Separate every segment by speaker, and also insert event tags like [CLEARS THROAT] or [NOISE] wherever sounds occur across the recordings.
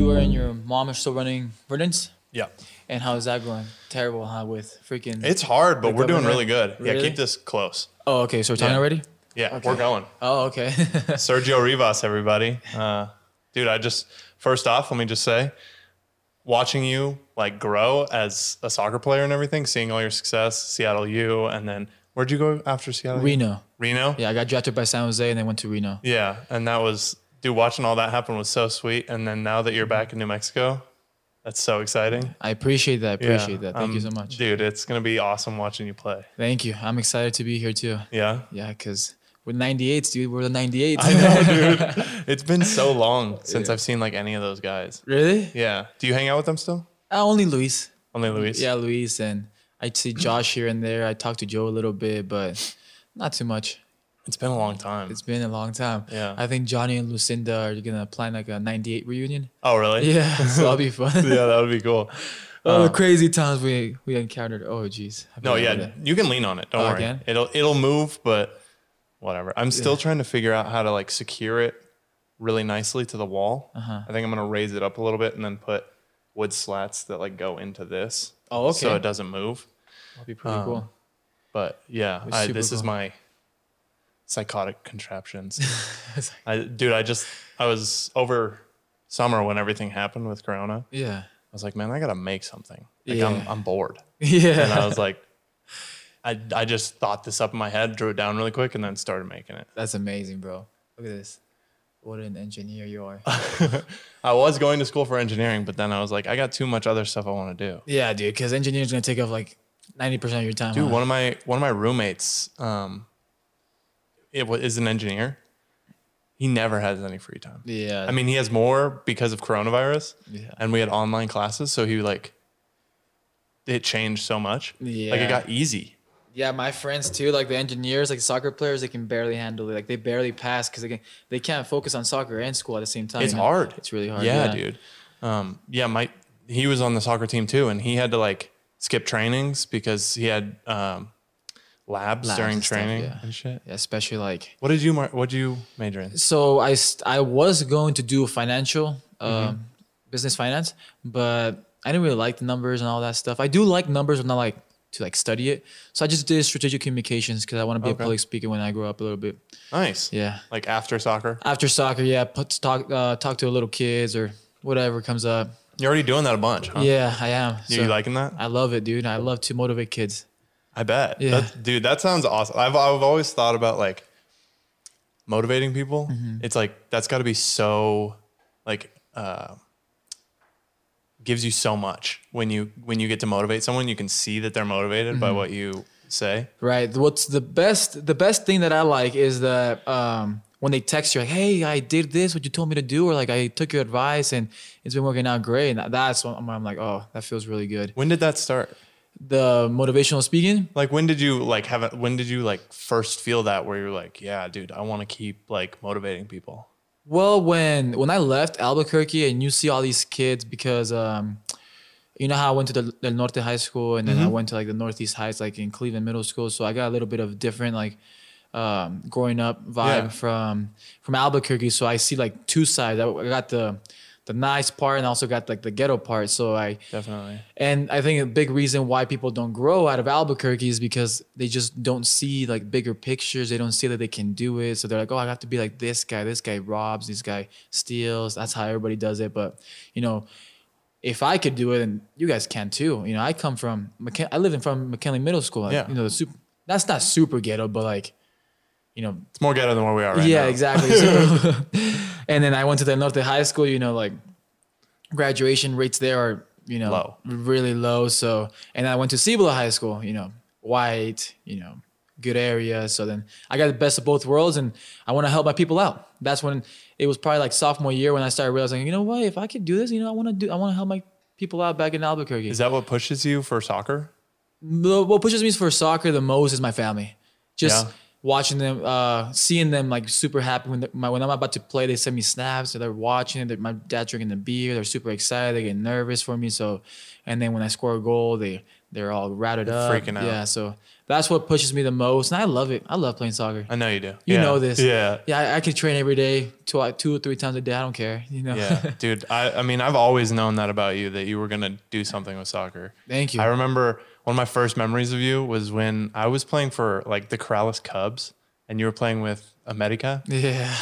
Speaker 1: mom is still running Vernon's?
Speaker 2: Yeah.
Speaker 1: And how is that going? Terrible, huh? With freaking.
Speaker 2: It's hard, but
Speaker 1: Like
Speaker 2: we're doing
Speaker 1: governor?
Speaker 2: really good. Yeah,
Speaker 1: Really?
Speaker 2: keep this close.
Speaker 1: oh, okay. So we're talking
Speaker 2: Yeah.
Speaker 1: already?
Speaker 2: Yeah,
Speaker 1: [LAUGHS]
Speaker 2: we're going.
Speaker 1: Oh,
Speaker 2: [LAUGHS]
Speaker 1: okay.
Speaker 2: Sergio Rivas, everybody. Uh, dude, I just, first off, let me just say, watching you like grow as a soccer player and everything, seeing all your success, Seattle U, and then where'd you go after Seattle? U?
Speaker 1: Reno.
Speaker 2: Reno?
Speaker 1: Yeah, I got drafted by San Jose and then went to Reno.
Speaker 2: Yeah. And that was, dude, watching all that happen was so sweet. And then now that you're back in New Mexico, that's so exciting.
Speaker 1: I appreciate that. I
Speaker 2: Yeah,
Speaker 1: appreciate that. Thank you so
Speaker 2: um,
Speaker 1: much.
Speaker 2: Dude, it's going to be awesome watching you play.
Speaker 1: Thank you. I'm excited to be here too.
Speaker 2: Yeah.
Speaker 1: Yeah, because we're 98s, dude. We're the 98s.
Speaker 2: It's been so long since I've seen like any of those guys.
Speaker 1: [LAUGHS] really?
Speaker 2: Yeah. Do you hang out with them still?
Speaker 1: Uh, only Luis.
Speaker 2: Only Luis? Mm-hmm.
Speaker 1: Yeah, Luis. And I see Josh here and there. I talk to Joe a little bit, but not too much.
Speaker 2: It's been a long time.
Speaker 1: It's been a long time.
Speaker 2: Yeah.
Speaker 1: I think Johnny and Lucinda are going to plan like a 98 reunion. [LAUGHS]
Speaker 2: oh, really?
Speaker 1: Yeah. So that'll be fun.
Speaker 2: [LAUGHS] yeah, that would be cool.
Speaker 1: All the crazy times we, we encountered. Oh, jeez. I
Speaker 2: Um, No,
Speaker 1: forgot about
Speaker 2: yeah,
Speaker 1: that.
Speaker 2: you can lean on it. Don't
Speaker 1: Oh, I
Speaker 2: worry.
Speaker 1: can?
Speaker 2: It'll it'll move, but whatever. I'm still trying to figure out how to like secure it really nicely to the wall.
Speaker 1: Uh-huh.
Speaker 2: I think I'm gonna raise it up a little bit and then put wood slats that like go into this.
Speaker 1: Oh, okay.
Speaker 2: So it doesn't move.
Speaker 1: That'll be
Speaker 2: Um,
Speaker 1: pretty cool.
Speaker 2: But yeah,
Speaker 1: It's
Speaker 2: I,
Speaker 1: super
Speaker 2: this is
Speaker 1: cool.
Speaker 2: my psychotic
Speaker 1: [LAUGHS]
Speaker 2: contraptions. I, dude, I just I was over summer when everything happened with Corona. I
Speaker 1: Yeah.
Speaker 2: was like, man, I gotta make something. Like I'm
Speaker 1: Yeah.
Speaker 2: I'm bored.
Speaker 1: [LAUGHS]
Speaker 2: And
Speaker 1: Yeah.
Speaker 2: I was like, I I just thought this up in my head, drew it down really quick, and then started making it.
Speaker 1: That's amazing, bro. Look at this. What an engineer you
Speaker 2: [LAUGHS]
Speaker 1: are.
Speaker 2: I was going to school for engineering, but then I was like, I got too much other stuff I want to do.
Speaker 1: yeah, dude, because engineer's going to take up like 90% of your time.
Speaker 2: Dude,
Speaker 1: huh?
Speaker 2: one of my one of my roommates, um, it wa- is an engineer. He never has any free time.
Speaker 1: Yeah.
Speaker 2: I mean, he has more because of coronavirus.
Speaker 1: Yeah.
Speaker 2: And we had online classes, so he like it changed so much. Like
Speaker 1: Yeah.
Speaker 2: it got easy.
Speaker 1: Yeah, my friends too, like the engineers, like soccer players, they can barely handle it. Like they barely pass because they, can, they can't focus on soccer and school at the same time.
Speaker 2: It's
Speaker 1: you know?
Speaker 2: hard.
Speaker 1: It's really hard.
Speaker 2: Yeah, dude. Um, yeah, my he was on the soccer team too, and he had to like skip trainings because he had um, labs,
Speaker 1: Labs
Speaker 2: during
Speaker 1: and stuff,
Speaker 2: training
Speaker 1: yeah.
Speaker 2: and shit.
Speaker 1: Yeah, especially like
Speaker 2: What did you mar- what did you major in?
Speaker 1: so I st- I was going to do financial um,
Speaker 2: Mm-hmm.
Speaker 1: business finance, but I didn't really like the numbers and all that stuff. I do like numbers, but not like to like study it. So I just did strategic communications because I want to be
Speaker 2: Okay.
Speaker 1: a public speaker when I grow up a little bit.
Speaker 2: Nice.
Speaker 1: Yeah.
Speaker 2: Like after soccer,
Speaker 1: After soccer, yeah, put, talk uh, talk to little kids or whatever comes up.
Speaker 2: you're already doing that a bunch. Huh?
Speaker 1: Yeah, I am.
Speaker 2: You
Speaker 1: So-
Speaker 2: liking that?
Speaker 1: I love it, dude. I love to motivate kids.
Speaker 2: I bet.
Speaker 1: Yeah.
Speaker 2: That's, dude, that sounds awesome. I've, I've always thought about like motivating people.
Speaker 1: Mm-hmm.
Speaker 2: It's like, that's got to be so, like, uh, gives you so much when you when you get to motivate someone you can see that they're motivated
Speaker 1: Mm-hmm.
Speaker 2: by what you say
Speaker 1: Right. What's the best? The best thing that I like is that um, when they text you, like, "Hey, I did this, what you told me to do," or like, "I took your advice and it's been working out great." And that's when I'm- I'm like, "Oh, that feels really good."
Speaker 2: when did that start
Speaker 1: The motivational speaking.
Speaker 2: like when did you like have it when did you like first feel that where you're like yeah dude i want to keep like motivating people
Speaker 1: Well, when when I left Albuquerque and you see all these kids because um, you know how I went to the Del Norte High School and then I went to like the Northeast Heights, like in Cleveland Middle School. So I got a little bit of different like um, growing up vibe
Speaker 2: Yeah.
Speaker 1: from from Albuquerque. So I see like two sides. I I got the the nice part and I also got like the ghetto part. So I
Speaker 2: definitely
Speaker 1: and I think a big reason why people don't grow out of Albuquerque is because they just don't see like bigger pictures. They don't see that they can do it. So they're like, oh, I have to be like this guy. This guy robs. This guy steals. That's how everybody does it. But you know, if I could do it, and you guys can too. You know, I come from McKin- I live in from McKinley Middle School.
Speaker 2: Yeah.
Speaker 1: You know, the super. That's not super ghetto, but like, you know,
Speaker 2: it's more ghetto than where we are right
Speaker 1: yeah,
Speaker 2: now.
Speaker 1: exactly.
Speaker 2: [LAUGHS]
Speaker 1: So- and then I went to the Norte High School. You know, like graduation rates there are you know
Speaker 2: Low.
Speaker 1: really low. So, and I went to Cibola High School. You know, white. You know, good area. So then I got the best of both worlds, and I want to help my people out. That's when it was probably like sophomore year when I started realizing, you know what, if I could do this, you know, I want to do, I want to help my people out back in Albuquerque.
Speaker 2: is that what pushes you for soccer
Speaker 1: The- what pushes me for soccer the most is my family. Just
Speaker 2: Yeah.
Speaker 1: watching them, uh, seeing them like super happy when they- my, when I'm about to play, they send me snaps. So they're watching. They're, my dad's drinking the beer. They're super excited. They get nervous for me. So, and then when I score a goal, they they're all ratted up.
Speaker 2: freaking out.
Speaker 1: Yeah. So That's what pushes me the most, and I love it. I love playing soccer.
Speaker 2: I know you do.
Speaker 1: You
Speaker 2: Yeah.
Speaker 1: know this.
Speaker 2: Yeah.
Speaker 1: Yeah, I, I could train every day, two, two or three times a day. I don't care. You know.
Speaker 2: Yeah, dude. I, I mean, I've always known that about you that you were gonna do something with soccer.
Speaker 1: Thank you.
Speaker 2: I remember one of my first memories of you was when I was playing for like the Corrales Cubs, and you were playing with America.
Speaker 1: [LAUGHS] yeah.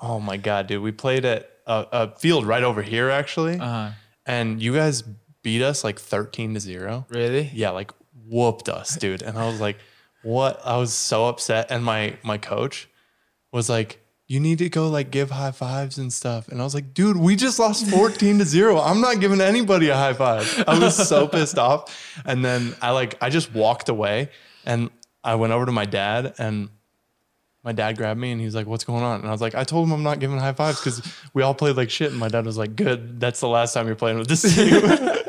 Speaker 2: Oh my god, dude! We played at a, a field right over here actually,
Speaker 1: Uh-huh.
Speaker 2: and you guys beat us like thirteen to zero.
Speaker 1: Really?
Speaker 2: Yeah, like whooped us, dude. And I was like, what? I was so upset. And my my coach was like, you need to go like give high fives and stuff. And I was like, dude, we just lost 14 to 0. I'm not giving anybody a high five. I was so pissed off. And then I like I just walked away and I went over to my dad and my dad grabbed me and he's like, "What's going on?" And I was like, "I told him I'm not giving high fives because we all played like shit." And my dad was like, "Good, that's the last time you're playing with this team."
Speaker 1: [LAUGHS]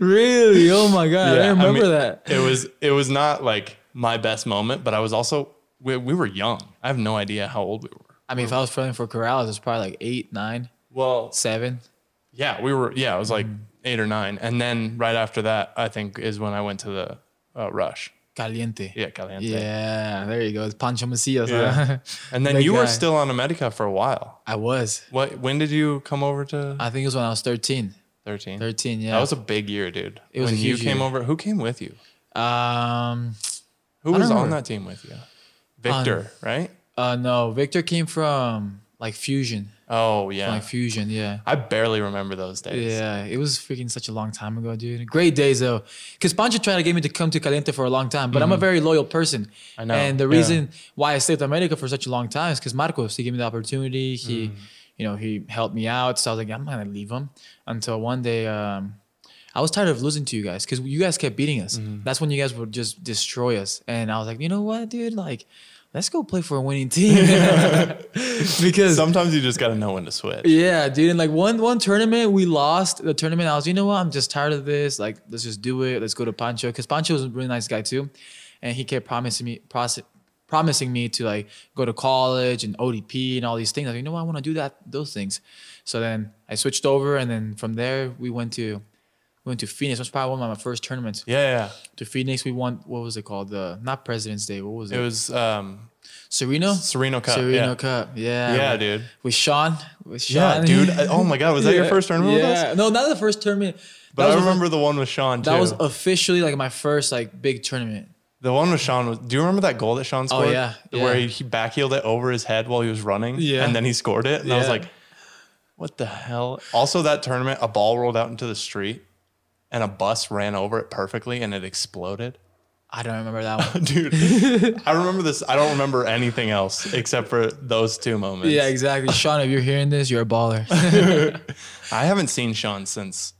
Speaker 1: Really? Oh my god! I
Speaker 2: Yeah,
Speaker 1: remember
Speaker 2: mean,
Speaker 1: that.
Speaker 2: It was it was not like my best moment, but I was also we, we were young. I have no idea how old we were.
Speaker 1: I mean, if I was playing for Corrales, it's probably like eight, nine,
Speaker 2: Well,
Speaker 1: seven.
Speaker 2: yeah, we were. Yeah, I was like
Speaker 1: Mm.
Speaker 2: eight or nine, and then right after that, I think is when I went to the uh, rush.
Speaker 1: Caliente.
Speaker 2: Yeah, Caliente.
Speaker 1: Yeah, there you go. It's Pancho Macias. Huh?
Speaker 2: Yeah. and then
Speaker 1: That
Speaker 2: you
Speaker 1: guy.
Speaker 2: were still on America for a while.
Speaker 1: [LAUGHS] I was.
Speaker 2: What? When did you come over to
Speaker 1: I think it was when I was 13.
Speaker 2: thirteen?
Speaker 1: 13, Uh, yeah.
Speaker 2: That was a big year, dude.
Speaker 1: It was
Speaker 2: when
Speaker 1: a
Speaker 2: you
Speaker 1: huge
Speaker 2: came
Speaker 1: year.
Speaker 2: over. Who came with you?
Speaker 1: um,
Speaker 2: Who
Speaker 1: don't
Speaker 2: was on
Speaker 1: remember.
Speaker 2: that team with you? Victor, right?
Speaker 1: uh, no, Victor came from like Fusion.
Speaker 2: Oh yeah.
Speaker 1: Like Fusion, yeah.
Speaker 2: I barely remember those days.
Speaker 1: Yeah, it was freaking such a long time ago, dude. Great days though, because Pancho tried to get me to come to Caliente for a long time, but I'm a very loyal person.
Speaker 2: Mm-hmm. I know,
Speaker 1: And the
Speaker 2: yeah.
Speaker 1: reason why I stayed in America for such a long time is because Marcos he gave me the opportunity. He,
Speaker 2: Mm.
Speaker 1: you know, he helped me out. So I was like, I'm not gonna leave him until one day. Um, I was tired of losing to you guys because you guys kept beating us.
Speaker 2: Mm-hmm.
Speaker 1: That's when you guys would just destroy us. And I was like, you know what, dude, like. Let's go play for a winning
Speaker 2: [LAUGHS]
Speaker 1: team [LAUGHS] because
Speaker 2: Sometimes you just got to know when to switch.
Speaker 1: yeah, dude. And like one one tournament we lost the tournament. I was, you know what? I'm just tired of this. Like, let's just do it. Let's go to Pancho because Pancho was a really nice guy too, and he kept promising me pros- promising me to like go to college and ODP and all these things. Like, you know what? I want to do that those things. So then I switched over, and then from there we went to we went to Phoenix. That's probably one of my first tournaments.
Speaker 2: Yeah,
Speaker 1: To Phoenix, we won. What was it called? The not President's Day. What was it?
Speaker 2: yeah. It was um,
Speaker 1: Sereno.
Speaker 2: Sereno Cup.
Speaker 1: Sereno
Speaker 2: yeah.
Speaker 1: Cup. Yeah.
Speaker 2: Yeah, dude.
Speaker 1: With Sean. With
Speaker 2: Yeah,
Speaker 1: Sean. [LAUGHS]
Speaker 2: dude. I- oh my God, was that your
Speaker 1: Yeah,
Speaker 2: first tournament with us?
Speaker 1: Yeah, no, not the first tournament.
Speaker 2: But
Speaker 1: that
Speaker 2: I
Speaker 1: was,
Speaker 2: remember the one with Sean too.
Speaker 1: that was officially like my first like big tournament.
Speaker 2: the one with Sean was. Do you remember that goal that Sean scored?
Speaker 1: Oh, yeah,
Speaker 2: Where
Speaker 1: yeah.
Speaker 2: he, he backheeled it over his head while he was running.
Speaker 1: Yeah.
Speaker 2: And then he scored it, and I was
Speaker 1: Yeah.
Speaker 2: like, "What the hell?" Also, that tournament, a ball rolled out into the street, and a bus ran over it perfectly, and it exploded. [LAUGHS]
Speaker 1: I don't remember that one.
Speaker 2: Dude, I remember this. I don't remember anything else except for those two moments.
Speaker 1: yeah, exactly. Sean, if you're hearing this, you're a baller.
Speaker 2: [LAUGHS] I haven't seen Sean since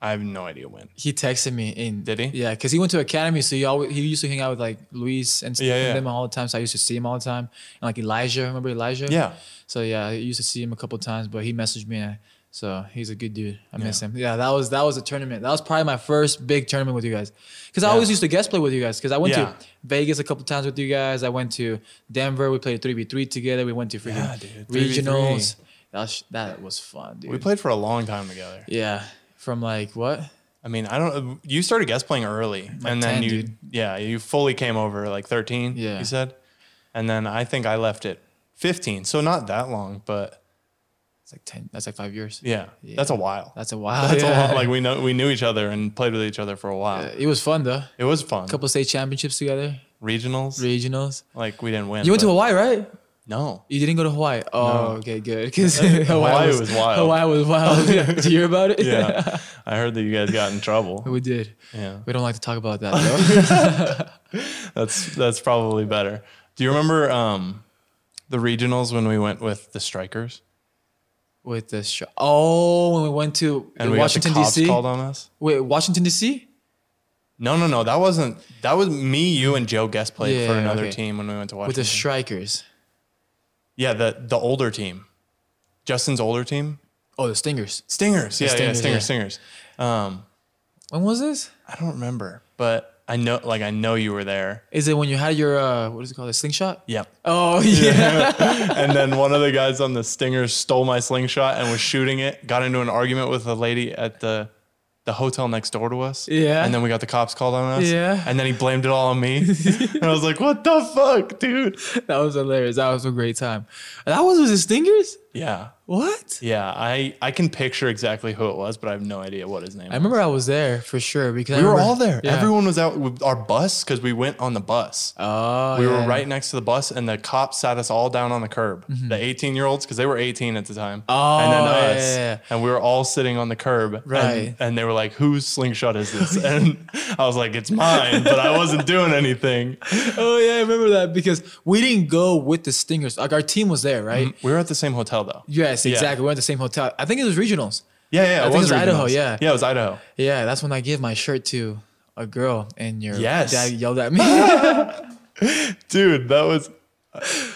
Speaker 2: I have no idea when.
Speaker 1: he texted me in.
Speaker 2: Did he?
Speaker 1: Yeah, because he went to academy, so he always he used to hang out with like Luis and, stuff
Speaker 2: Yeah,
Speaker 1: and
Speaker 2: yeah.
Speaker 1: them all the time. So I used to see him all the time, and like Elijah. Remember Elijah?
Speaker 2: Yeah.
Speaker 1: So yeah, I used to see him a couple times, but he messaged me. And I, so he's a good dude. I miss him. Yeah, that was that was a tournament. That was probably my first big tournament with you guys, because I always used to guest play with you guys. Because I went
Speaker 2: Yeah.
Speaker 1: to Vegas a couple times with you guys. I went to Denver. We played three v three together. We went to freaking
Speaker 2: Yeah, dude, 3v3.
Speaker 1: regionals. That was, that was fun, dude.
Speaker 2: We played for a long time together.
Speaker 1: yeah, from like what?
Speaker 2: I mean, I don't. You started guest playing early, and then
Speaker 1: 10,
Speaker 2: you,
Speaker 1: dude.
Speaker 2: yeah, you fully came over like thirteen.
Speaker 1: Yeah.
Speaker 2: you said, and then I think I left at fifteen, so not that long, but
Speaker 1: It's like ten. That's like five years.
Speaker 2: yeah, that's a while.
Speaker 1: That's a while.
Speaker 2: [LAUGHS] That's
Speaker 1: yeah. [LAUGHS]
Speaker 2: a lot. Like we know we knew each other and played with each other for a while.
Speaker 1: It was fun though.
Speaker 2: It was fun.
Speaker 1: couple state championships together,
Speaker 2: Regionals,
Speaker 1: regionals.
Speaker 2: like we didn't win.
Speaker 1: You went to
Speaker 2: but-
Speaker 1: Hawaii, right? [LAUGHS]
Speaker 2: no.
Speaker 1: You didn't go to Hawaii. Oh, okay, good. Because
Speaker 2: [LAUGHS] Hawaii was wild.
Speaker 1: Hawaii was
Speaker 2: [LAUGHS]
Speaker 1: wild. [LAUGHS] Yeah. Did you hear about it?
Speaker 2: Yeah, I heard that you guys got in trouble.
Speaker 1: [LAUGHS] we did.
Speaker 2: Yeah,
Speaker 1: We don't like to talk about
Speaker 2: [LAUGHS]
Speaker 1: that though.
Speaker 2: that's that's probably better. Do you remember um, the regionals when we went with the strikers
Speaker 1: With the sh- oh, when we went to
Speaker 2: and we
Speaker 1: Washington
Speaker 2: got the cops
Speaker 1: D.C.
Speaker 2: called on us?
Speaker 1: Wait, Washington D.C.
Speaker 2: No, no, no. That wasn't. That was me, you, and Joe guest played for
Speaker 1: Yeah,
Speaker 2: another
Speaker 1: okay.
Speaker 2: team when we went to
Speaker 1: with
Speaker 2: Washington.
Speaker 1: the Strikers.
Speaker 2: yeah, the the older team, Justin's older team,
Speaker 1: Oh, the Stingers.
Speaker 2: Stingers. Yeah,
Speaker 1: Stingers,
Speaker 2: yeah,
Speaker 1: yeah.
Speaker 2: Stingers, Stingers. Um,
Speaker 1: When was this?
Speaker 2: I don't remember, but I know, like, I know you were there.
Speaker 1: Is it when you had your uh, what is it called, a slingshot?
Speaker 2: Yep. [LAUGHS]
Speaker 1: Oh [LAUGHS] yeah.
Speaker 2: and then one of the guys on the Stingers stole my slingshot and was shooting it. Got into an argument with a lady at the the the hotel next door to us.
Speaker 1: Yeah.
Speaker 2: And then we got the cops called on us.
Speaker 1: Yeah.
Speaker 2: And then he blamed it all on me. [LAUGHS] and I was like, what the fuck, dude?
Speaker 1: That was hilarious. That was a great time. That was with his stingers?
Speaker 2: Yeah.
Speaker 1: What?
Speaker 2: Yeah. I, I can picture exactly who it was, but I have no idea what his name
Speaker 1: I remember I was there for sure because I
Speaker 2: We were
Speaker 1: remember-
Speaker 2: all there.
Speaker 1: Yeah.
Speaker 2: Everyone was out with our bus because we went on the bus.
Speaker 1: Oh,
Speaker 2: we
Speaker 1: yeah.
Speaker 2: were right next to the bus, and the cops sat us all down on the curb. The 18 year olds, because they were 18 at the time. and
Speaker 1: Mm-hmm. Oh,
Speaker 2: then
Speaker 1: yeah,
Speaker 2: us.
Speaker 1: yeah, yeah.
Speaker 2: And we were all sitting on the curb. and-
Speaker 1: Right.
Speaker 2: And, they were like, whose slingshot is this? [LAUGHS] And I was like, it's mine, but I wasn't doing anything.
Speaker 1: Oh yeah, I remember that because we didn't go with the stingers. Like our team was there, right?
Speaker 2: We were at the same hotel, though.
Speaker 1: Yes,
Speaker 2: Mm-hmm. Yeah.
Speaker 1: exactly. We were at the same hotel. I think it was regionals.
Speaker 2: Yeah, yeah.
Speaker 1: I think it was Idaho,
Speaker 2: regionals.
Speaker 1: yeah.
Speaker 2: Yeah, it was Idaho.
Speaker 1: Yeah, that's when I gave my shirt to a girl, and your
Speaker 2: Yes.
Speaker 1: dad yelled at
Speaker 2: [LAUGHS]
Speaker 1: me. oh
Speaker 2: Dude, that was,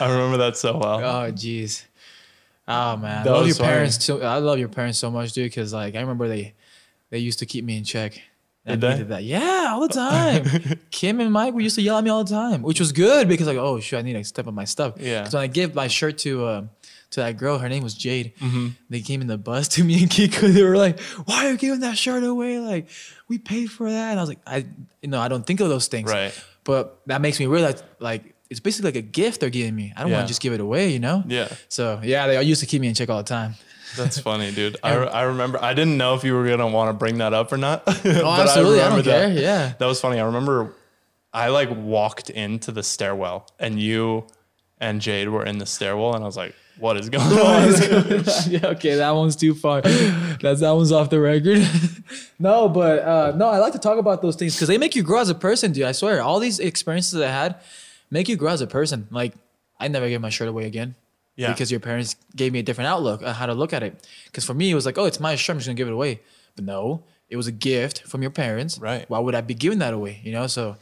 Speaker 2: I remember that so well.
Speaker 1: jeez. Oh man,
Speaker 2: That
Speaker 1: I love your
Speaker 2: was funny.
Speaker 1: parents too. I love your parents so much, dude. Because like I remember they they used to keep me in check. I
Speaker 2: Did they?
Speaker 1: needed that. Yeah, all the
Speaker 2: [LAUGHS]
Speaker 1: time. Kim and Mike we used to yell at me all the time, which was good because like oh shoot, I need to step up my stuff.
Speaker 2: Yeah.
Speaker 1: 'Cause when I gave my shirt to uh, to that girl, her name was Jade.
Speaker 2: Mm-hmm.
Speaker 1: They came in the bus [LAUGHS] to me and Kiko. They were like, "Why are you giving that shirt away? Like we paid for that." And I was like, "I you know I don't think of those things."
Speaker 2: Right.
Speaker 1: But that makes me realize like it's basically like a gift they're giving me. I don't want
Speaker 2: Yeah.
Speaker 1: to just give it away, you know.
Speaker 2: Yeah.
Speaker 1: So yeah, they used to keep me in check all the time.
Speaker 2: That's funny, dude. I, I remember. I didn't know if you were gonna want to bring that up or not. [LAUGHS] Oh,
Speaker 1: absolutely, I don't care, yeah.
Speaker 2: that was funny. I remember. I like walked into the stairwell, and you and Jade were in the stairwell, and I was like, "What is going [LAUGHS]
Speaker 1: [LAUGHS]
Speaker 2: on?"
Speaker 1: yeah, okay, that one's too far. That's that one's off the record. [LAUGHS] no, but uh, no, I like to talk about those things because they make you grow as a person, dude. I swear, all these experiences I had make you grow as a person. Like, I never gave my shirt away again.
Speaker 2: Yeah.
Speaker 1: Because your parents gave me a different outlook on how to look at it. Because for me, it was like, oh, it's my shirt. I'm just gonna give it away. But no, it was a gift from your parents.
Speaker 2: Right.
Speaker 1: Why would I be giving that away? You know, so.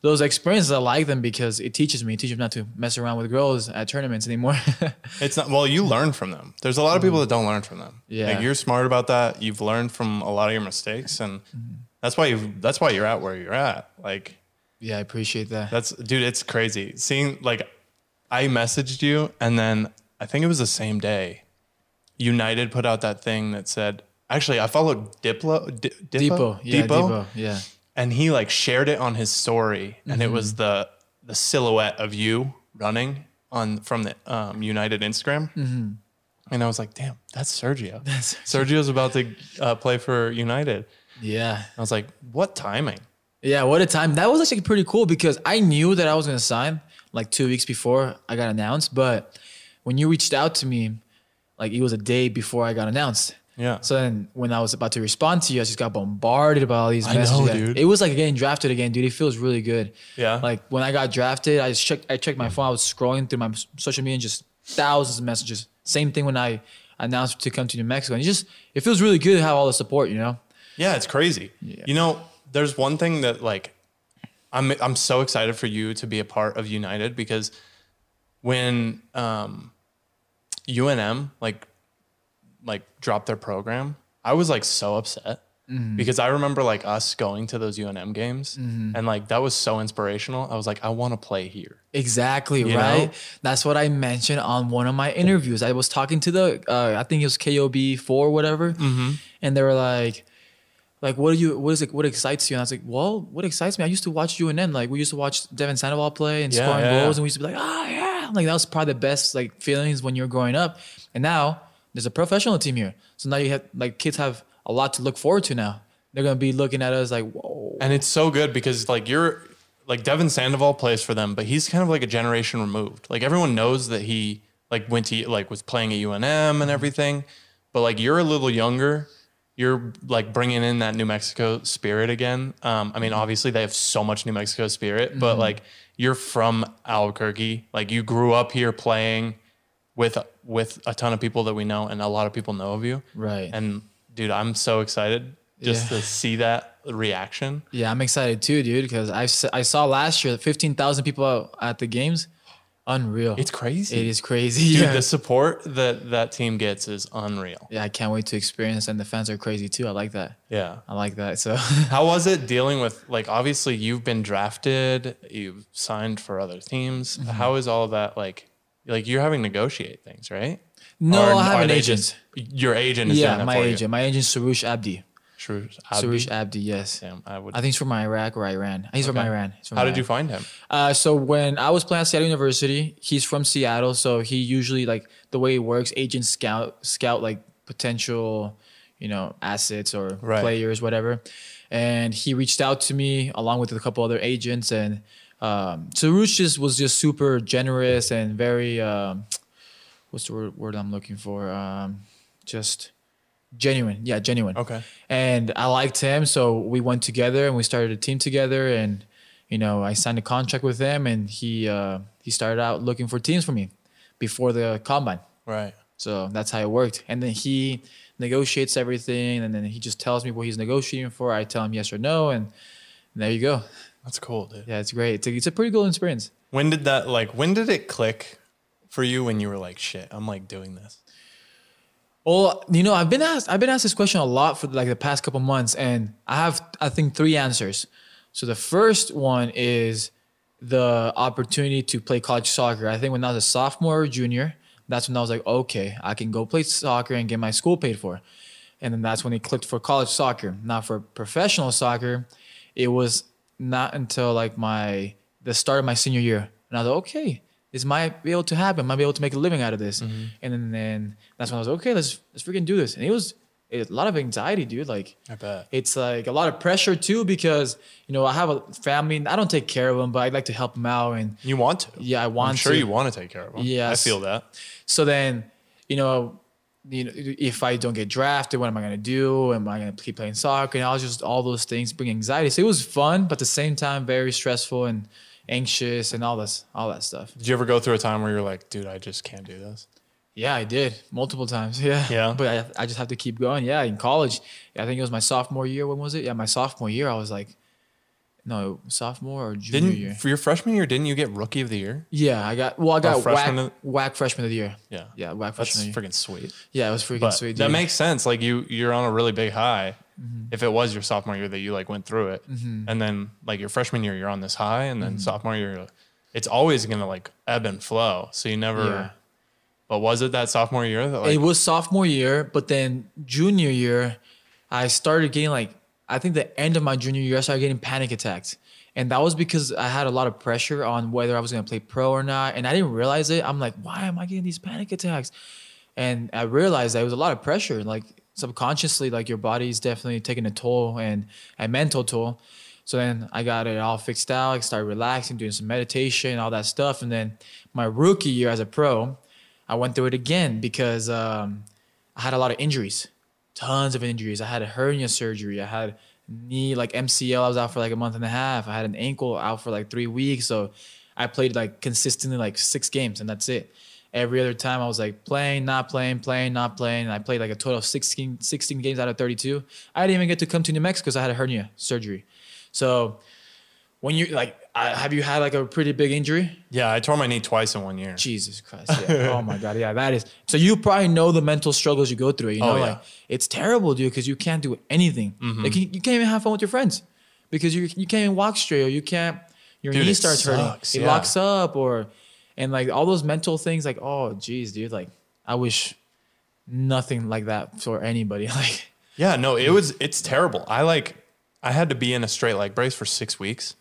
Speaker 1: Those experiences, I like them because it teaches me. It teaches me not to mess around with girls at tournaments anymore. [LAUGHS]
Speaker 2: It's not. Well, you learn from them. There's a lot of people that don't learn from them.
Speaker 1: Mm-hmm. Yeah.
Speaker 2: Like you're smart about that. You've learned from a lot of your mistakes, and
Speaker 1: Mm-hmm.
Speaker 2: that's why you. That's why you're at where you're at. Like
Speaker 1: yeah, I appreciate that.
Speaker 2: That's dude, it's crazy. Seeing like I messaged you and then I think it was the same day. United put out that thing that said actually I followed Diplo Di- Diplo
Speaker 1: Depot. Yeah,
Speaker 2: Depot,
Speaker 1: Depot. Yeah.
Speaker 2: and he like shared it on his story and it
Speaker 1: Mm-hmm.
Speaker 2: was the the silhouette of you running on from the um, United Instagram. And I was like, damn, that's Sergio.
Speaker 1: Mm-hmm. [LAUGHS] That's
Speaker 2: Sergio's about to uh, play for United.
Speaker 1: Yeah.
Speaker 2: I was like, what timing?
Speaker 1: Yeah, what a time. That was actually pretty cool because I knew that I was going to sign like 2 weeks before I got announced, but when you reached out to me, like it was a day before I got announced.
Speaker 2: Yeah.
Speaker 1: So then when I was about to respond to you, I just got bombarded by all these
Speaker 2: know,
Speaker 1: messages.
Speaker 2: dude.
Speaker 1: It was like getting drafted again, dude. It feels really good.
Speaker 2: Yeah.
Speaker 1: Like when I got drafted, I just checked I checked my phone. I was scrolling through my s- social media and just thousands of messages. Same thing when I announced to come to New Mexico. And it just it feels really good to have all the support, you know?
Speaker 2: Yeah, it's crazy. You know, there's one thing that like I'm I'm so excited for you to be a part of United because when um UNM like like dropped their program, I was like so upset because I remember like us going to those UNM games and like that was so inspirational. I was like I want to play here.
Speaker 1: Exactly
Speaker 2: know?
Speaker 1: right. That's what I mentioned on one of my interviews. I was talking to the uh, I think it was KOB four whatever,
Speaker 2: Mm-hmm.
Speaker 1: and they were like, like what do you what is it what excites you? And I was like, well, what excites me? I used to watch UNN. Like we used to watch Devin Sandoval play and
Speaker 2: Yeah,
Speaker 1: scoring
Speaker 2: yeah.
Speaker 1: goals, and we used to be like, ah yeah, like that was probably the best like feelings when you were growing up. And now there's a professional team here, so now you have like kids have a lot to look forward to now. They're gonna be looking at us like, whoa,
Speaker 2: And it's so good because like you're like Devin Sandoval plays for them, but he's kind of like a generation removed. Like everyone knows that he like went to like was playing at UNM and everything, but like you're a little younger. You're like bringing in that New Mexico spirit again. Um, I mean, obviously they have so much New Mexico spirit,
Speaker 1: Mm-hmm.
Speaker 2: but like you're from Albuquerque, like you grew up here playing with with a ton of people that we know, and a lot of people know of you.
Speaker 1: right?
Speaker 2: And dude, I'm so excited just
Speaker 1: Yeah.
Speaker 2: to see that reaction.
Speaker 1: Yeah, I'm excited too, dude, because I, s- I saw last year 15,000 people out at the games. Unreal.
Speaker 2: It's crazy.
Speaker 1: It is crazy.
Speaker 2: Dude,
Speaker 1: yeah.
Speaker 2: the support that that team gets is unreal.
Speaker 1: yeah, I can't wait to experience. And the fans are crazy too. I like that.
Speaker 2: Yeah.
Speaker 1: I like that. So, [LAUGHS]
Speaker 2: How was it dealing with like obviously you've been drafted, you've signed for other teams.
Speaker 1: Mm-hmm.
Speaker 2: How is all of that like like you're having to negotiate things, right?
Speaker 1: no,
Speaker 2: Or
Speaker 1: I
Speaker 2: are
Speaker 1: have an
Speaker 2: they
Speaker 1: agent.
Speaker 2: just- your agent is doing
Speaker 1: yeah,
Speaker 2: that
Speaker 1: my
Speaker 2: for you?
Speaker 1: agent. My agent, Surush Abdi.
Speaker 2: Shrews
Speaker 1: Suresh Abdi, yes.
Speaker 2: Damn, I would.
Speaker 1: I think he's from Iraq or Iran. He's from
Speaker 2: Okay.
Speaker 1: Iran. He's from
Speaker 2: How
Speaker 1: Iran.
Speaker 2: did you find him?
Speaker 1: Uh, so when I was playing at Seattle University, he's from Seattle, so he usually like the way it works, agents scout scout like potential, you know, assets or
Speaker 2: Right.
Speaker 1: players, whatever. And he reached out to me along with a couple other agents, and um, Sarush just was just super generous and very um, what's the word, word I'm looking for? Um, just genuine, yeah, genuine
Speaker 2: Okay.
Speaker 1: and I liked him, so we went together and we started a team together. And you know, I signed a contract with him, and he uh, he started out looking for teams for me before the combine.
Speaker 2: Right.
Speaker 1: So that's how it worked. And then he negotiates everything, and then he just tells me what he's negotiating for. I tell him yes or no, and, and there you go.
Speaker 2: That's cool, dude.
Speaker 1: Yeah, it's great. It's a, it's a pretty cool experience.
Speaker 2: When did that like? When did it click for you? When you were like, shit, I'm like doing this.
Speaker 1: Well, you know, I've been asked I've been asked this question a lot for like the past couple months, and I have I think three answers. So the first one is the opportunity to play college soccer. I think when I was a sophomore or junior, that's when I was like, okay, I can go play soccer and get my school paid for. And then that's when it clicked for college soccer. Now for professional soccer, it was not until like my the start of my senior year. And I was like, okay, this might be able to happen. Might be able to make a living out of this. And then, then that's when I was okay, let's let's freaking do this. And it was it, a lot of anxiety, dude. Like
Speaker 2: I bet.
Speaker 1: it's like a lot of pressure too because you know I have a family. and I don't take care of them, but I'd like to help them out. And
Speaker 2: You want to?
Speaker 1: yeah, I want
Speaker 2: I'm sure
Speaker 1: to.
Speaker 2: you want to take care of him. I
Speaker 1: Yes.
Speaker 2: feel that.
Speaker 1: So then, you know, you know, if I don't get drafted, what am I gonna do? Am I gonna keep playing soccer? And I was just all those things bring anxiety. So it was fun, but at the same time, very stressful and anxious and all this, all that stuff.
Speaker 2: Did you ever go through a time where you're like, dude, I just can't do this?
Speaker 1: Yeah, I did multiple times. [LAUGHS] Yeah,
Speaker 2: Yeah.
Speaker 1: But I, I just have to keep going. Yeah, in college, I think it was my sophomore year. When was it? Yeah, my sophomore year. I was like, no, sophomore or junior
Speaker 2: Didn't
Speaker 1: year.
Speaker 2: for your freshman year? Didn't you get rookie of the year?
Speaker 1: Yeah, I got well. I got whack,
Speaker 2: freshman of-
Speaker 1: whack freshman of the year.
Speaker 2: Yeah.
Speaker 1: Yeah, whack
Speaker 2: That's
Speaker 1: freshman. of the year.
Speaker 2: freaking sweet.
Speaker 1: Yeah, it was freaking
Speaker 2: But
Speaker 1: sweet.
Speaker 2: that
Speaker 1: dude. Mm-hmm.
Speaker 2: makes sense. Like you, you're on a really big high. If it was your sophomore year that you like went through it, and then like your freshman year, you're on this high, and
Speaker 1: Mm-hmm.
Speaker 2: then sophomore year, it's always gonna like ebb and flow. So you never.
Speaker 1: Yeah.
Speaker 2: But was it that sophomore year that like
Speaker 1: it was sophomore year, but then junior year, I started getting like I think the end of my junior year, I started getting panic attacks, and that was because I had a lot of pressure on whether I was going to play pro or not, and I didn't realize it. I'm like, why am I getting these panic attacks? And I realized that it was a lot of pressure, like subconsciously, like your body's definitely taking a toll and a mental toll. So then I got it all fixed out. I started relaxing, doing some meditation, all that stuff. And then my rookie year as a pro, I went through it again because um, I had a lot of injuries, tons of injuries. I had a hernia surgery. I had knee like MCL. I was out for like a month and a half. I had an ankle out for like three weeks. So I played like consistently like six games, and that's it. Every other time I was like playing, not playing, playing, not playing. And I played like a total of 16, 16 games out of 32. I didn't even get to come to New Mexico because I had a hernia surgery. So when you like, I, have you had like a pretty big injury?
Speaker 2: Yeah, I tore my knee twice in one year.
Speaker 1: Jesus Christ. Yeah. [LAUGHS] oh my God. Yeah, that is. So you probably know the mental struggles you go through. You know,
Speaker 2: Oh, yeah. Mm-hmm.
Speaker 1: like it's terrible, dude, because you can't do anything. Like you, you can't even have fun with your friends because you you can't even walk straight or you can't. Your
Speaker 2: Dude,
Speaker 1: knee
Speaker 2: it
Speaker 1: starts
Speaker 2: sucks,
Speaker 1: hurting. It
Speaker 2: yeah.
Speaker 1: locks up or, and like all those mental things. Like oh geez, dude. Like I wish nothing like that for anybody. [LAUGHS] Like
Speaker 2: Yeah, no, it was it's terrible. I like I had to be in a straight leg brace for six weeks.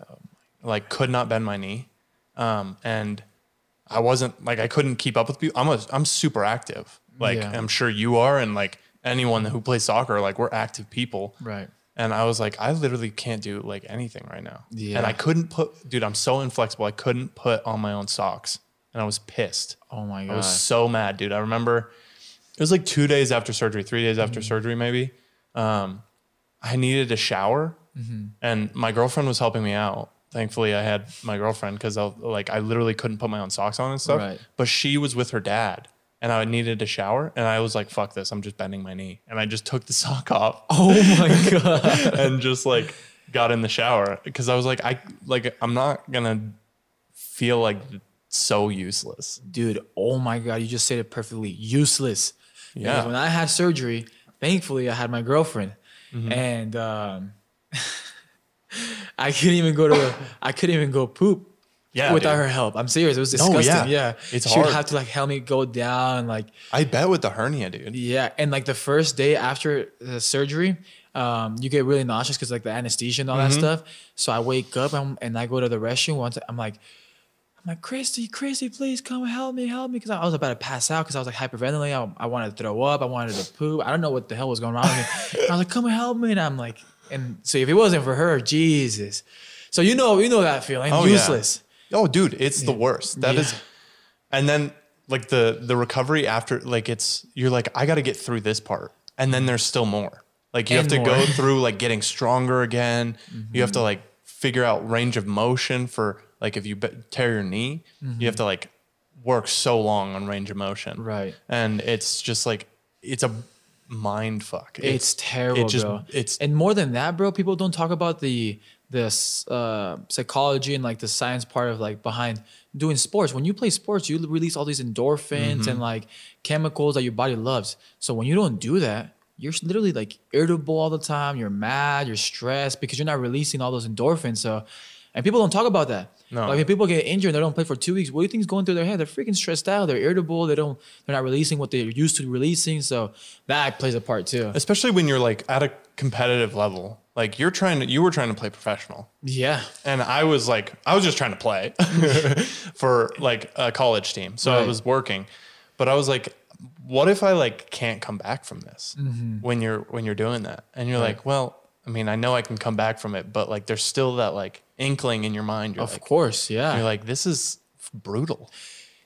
Speaker 2: Like could not bend my knee. Um and I wasn't like I couldn't keep up with people. I'm a I'm super active. Like
Speaker 1: Yeah.
Speaker 2: I'm sure you are and like anyone who plays soccer, like we're active people.
Speaker 1: right.
Speaker 2: And I was like, I literally can't do like anything right now.
Speaker 1: Yeah.
Speaker 2: And I couldn't put dude, I'm so inflexible. I couldn't put on my own socks. And I was pissed.
Speaker 1: Oh my
Speaker 2: I
Speaker 1: God.
Speaker 2: was so mad, dude. I remember it was like two days after surgery, three days after
Speaker 1: Mm-hmm.
Speaker 2: surgery, maybe. Um, I needed a shower,
Speaker 1: Mm-hmm.
Speaker 2: and my girlfriend was helping me out. Thankfully, I had my girlfriend because I like I literally couldn't put my own socks on and stuff.
Speaker 1: Right.
Speaker 2: But she was with her dad, and I needed a shower, and I was like, "Fuck this! I'm just bending my knee," and I just took the [LAUGHS] sock off
Speaker 1: oh my God.
Speaker 2: [LAUGHS] and just like got in the shower because I was like, I like I'm not gonna feel like so useless.
Speaker 1: dude, oh my God, you just said it perfectly. Useless.
Speaker 2: Yeah.
Speaker 1: Because when I had surgery, thankfully I had my girlfriend.
Speaker 2: Mm-hmm.
Speaker 1: And um, [LAUGHS] I couldn't even go
Speaker 2: [LAUGHS]
Speaker 1: to I couldn't even go poop
Speaker 2: Yeah,
Speaker 1: without
Speaker 2: dude.
Speaker 1: her help. I'm serious. It was
Speaker 2: yeah.
Speaker 1: disgusting. yeah.
Speaker 2: It's
Speaker 1: she would
Speaker 2: hard.
Speaker 1: have to like help me go down and like
Speaker 2: I bet with the hernia, dude.
Speaker 1: yeah. And like the first day after the surgery, um, you get really nauseous because like the anesthesia and all
Speaker 2: Mm-hmm.
Speaker 1: that stuff. So I wake up and, and I go to the restroom. Once I'm like, I'm like, Christy, Christy, please come help me, help me. Cause I was about to pass out because I was like hyperventilating. I, I wanted to throw up. I wanted to poop. I don't know what the hell was going on with
Speaker 2: [LAUGHS]
Speaker 1: me. And I was like, come help me. And I'm like, and so if it wasn't for her, Jesus. So you know, you know that feeling.
Speaker 2: Oh, yeah.
Speaker 1: Useless.
Speaker 2: Oh, dude, it's the worst. That
Speaker 1: Yeah.
Speaker 2: is, and then like the the recovery after, like it's you're like I got to get through this part, and then there's still more. Like you
Speaker 1: And
Speaker 2: have to go
Speaker 1: more. [LAUGHS] Mm-hmm.
Speaker 2: through like getting stronger again. You have to like figure out range of motion for like if you be- tear your knee, you have to like work so long on range of motion.
Speaker 1: Mm-hmm. Right.
Speaker 2: And it's just like it's a mind fuck.
Speaker 1: It's, terrible,
Speaker 2: just-
Speaker 1: bro.
Speaker 2: it's-
Speaker 1: and more than that, bro. People don't talk about the the uh, psychology and like the science part of like behind doing sports. When you play sports, you release all these endorphins and
Speaker 2: Mm-hmm.
Speaker 1: like chemicals that your body loves. So when you don't do that, you're literally like irritable all the time. You're mad. You're stressed because you're not releasing all those endorphins. So. And people don't talk about that.
Speaker 2: No.
Speaker 1: Like if people get injured and they don't play for two weeks, what do you think's going through their head? They're freaking stressed out. They're irritable. They don't. They're not releasing what they're used to releasing. So that plays a part too.
Speaker 2: especially when you're like at a competitive level. Like you're trying to you were trying to play professional.
Speaker 1: Yeah.
Speaker 2: and I was like, I was just trying to play [LAUGHS] for like a college team. So I
Speaker 1: Right.
Speaker 2: was working, but I was like, what if I like can't come back from this
Speaker 1: Mm-hmm.
Speaker 2: when you're when you're doing that? And you're like, well, I mean, I know I can come back from it, but like, there's still that like inkling in your mind. You're
Speaker 1: Of
Speaker 2: like,
Speaker 1: course, yeah.
Speaker 2: you're like, this is f- brutal.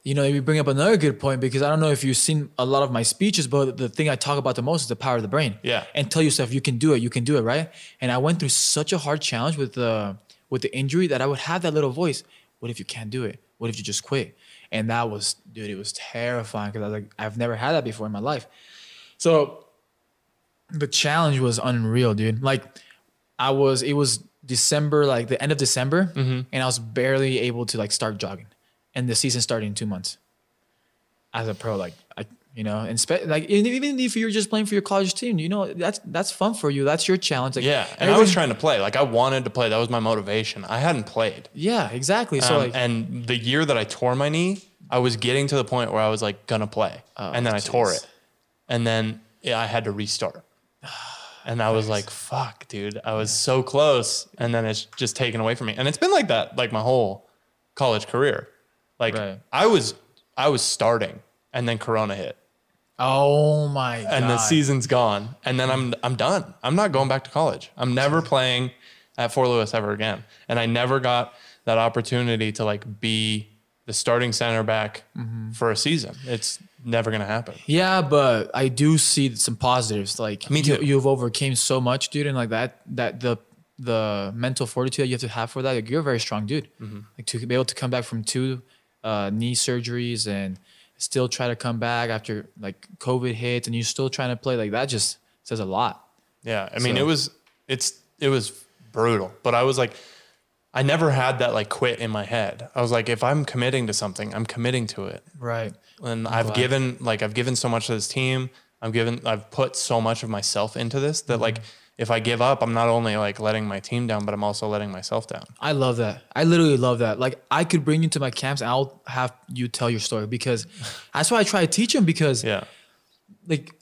Speaker 1: you know, you bring up another good point because I don't know if you've seen a lot of my speeches, but the thing I talk about the most is the power of the brain.
Speaker 2: Yeah.
Speaker 1: And tell yourself you can do it, you can do it, right? And I went through such a hard challenge with the with the injury that I would have that little voice. What if you can't do it? What if you just quit? And that was, dude, it was terrifying because I was like, I've never had that before in my life. So the challenge was unreal, dude. Like I was, it was December, like the end of December,
Speaker 2: Mm-hmm.
Speaker 1: and I was barely able to like start jogging. And the season started in two months. As a pro, like I, you know, and spe- like and even if you're just playing for your college team, you know that's that's fun for you. That's your challenge. Like,
Speaker 2: Yeah, and I was
Speaker 1: everyone-
Speaker 2: trying to play. Like I wanted to play. That was my motivation. I hadn't played.
Speaker 1: Yeah, exactly. So
Speaker 2: Um,
Speaker 1: like,
Speaker 2: and the year that I tore my knee, I was getting to the point where I was like gonna play, and then I tore
Speaker 1: Oh, jeez.
Speaker 2: it, and then yeah, I had to
Speaker 1: [SIGHS]
Speaker 2: restart. And I was like, "Fuck, dude! I was so close, and then it's just taken away from me." And it's been like that, like my whole college career. Like
Speaker 1: Right.
Speaker 2: I was, I was starting, and then Corona hit,
Speaker 1: oh my god.
Speaker 2: and the season's gone, and then I'm, I'm done. I'm not going back to college. I'm never playing at Fort Lewis ever again. And I never got that opportunity to like be the starting center back
Speaker 1: Mm-hmm.
Speaker 2: for a season. It's never gonna happen.
Speaker 1: Yeah, but I do see some positives. Like
Speaker 2: Me too.
Speaker 1: You, you've overcame so much, dude, and like that that the the mental fortitude that you have to have for that. Like you're a very strong dude.
Speaker 2: Mm-hmm.
Speaker 1: Like to be able to come back from two uh, knee surgeries and still try to come back after like COVID hits, and you're still trying to play. Like that just says a lot.
Speaker 2: Yeah, I mean,
Speaker 1: So-
Speaker 2: it was it's it was brutal, but I was like, I never had that like quit in my head. I was like, if I'm committing to something, I'm committing to it,
Speaker 1: Right.
Speaker 2: and I've
Speaker 1: glad.
Speaker 2: given like I've given so much to this team. I've given I've put so much of myself into this that like if I give up, I'm not only like letting my team down, but I'm also letting myself down.
Speaker 1: I love that. I literally love that. Like I could bring you to my camps and I'll have you tell your story
Speaker 2: [LAUGHS]
Speaker 1: because that's why I try to teach them because
Speaker 2: Yeah,
Speaker 1: like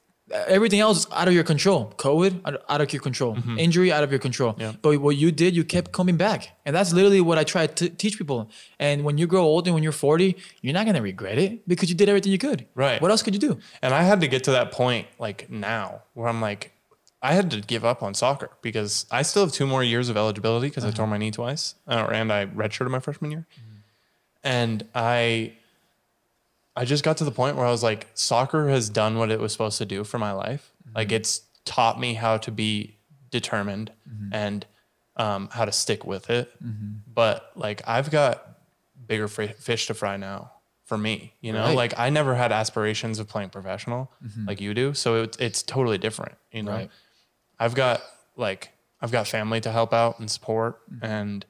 Speaker 1: everything else is out of your control. COVID out- out of your control.
Speaker 2: Mm-hmm.
Speaker 1: Injury out of your control. But what you did, you kept coming back, and that's literally what I try to teach people. And when you grow old and when you're 40, you're not gonna regret it because you did everything you could.
Speaker 2: Right.
Speaker 1: What else could you do?
Speaker 2: and I had to get to that point like now where I'm like. I had to give up on soccer because I still have two more years of eligibility because I tore my knee twice, uh, and I redshirted my freshman year. and i i just got to the point where i was like soccer has done what it was supposed to do for my life like it's taught me how to be determined and um, how to stick with it but like i've got bigger fri- fish to fry now for me you know
Speaker 1: Right. Mm-hmm.
Speaker 2: like i never had aspirations of playing professional like you do so it, it's totally different you know
Speaker 1: Right.
Speaker 2: i've got like i've got family to help out and support
Speaker 1: Mm-hmm.
Speaker 2: and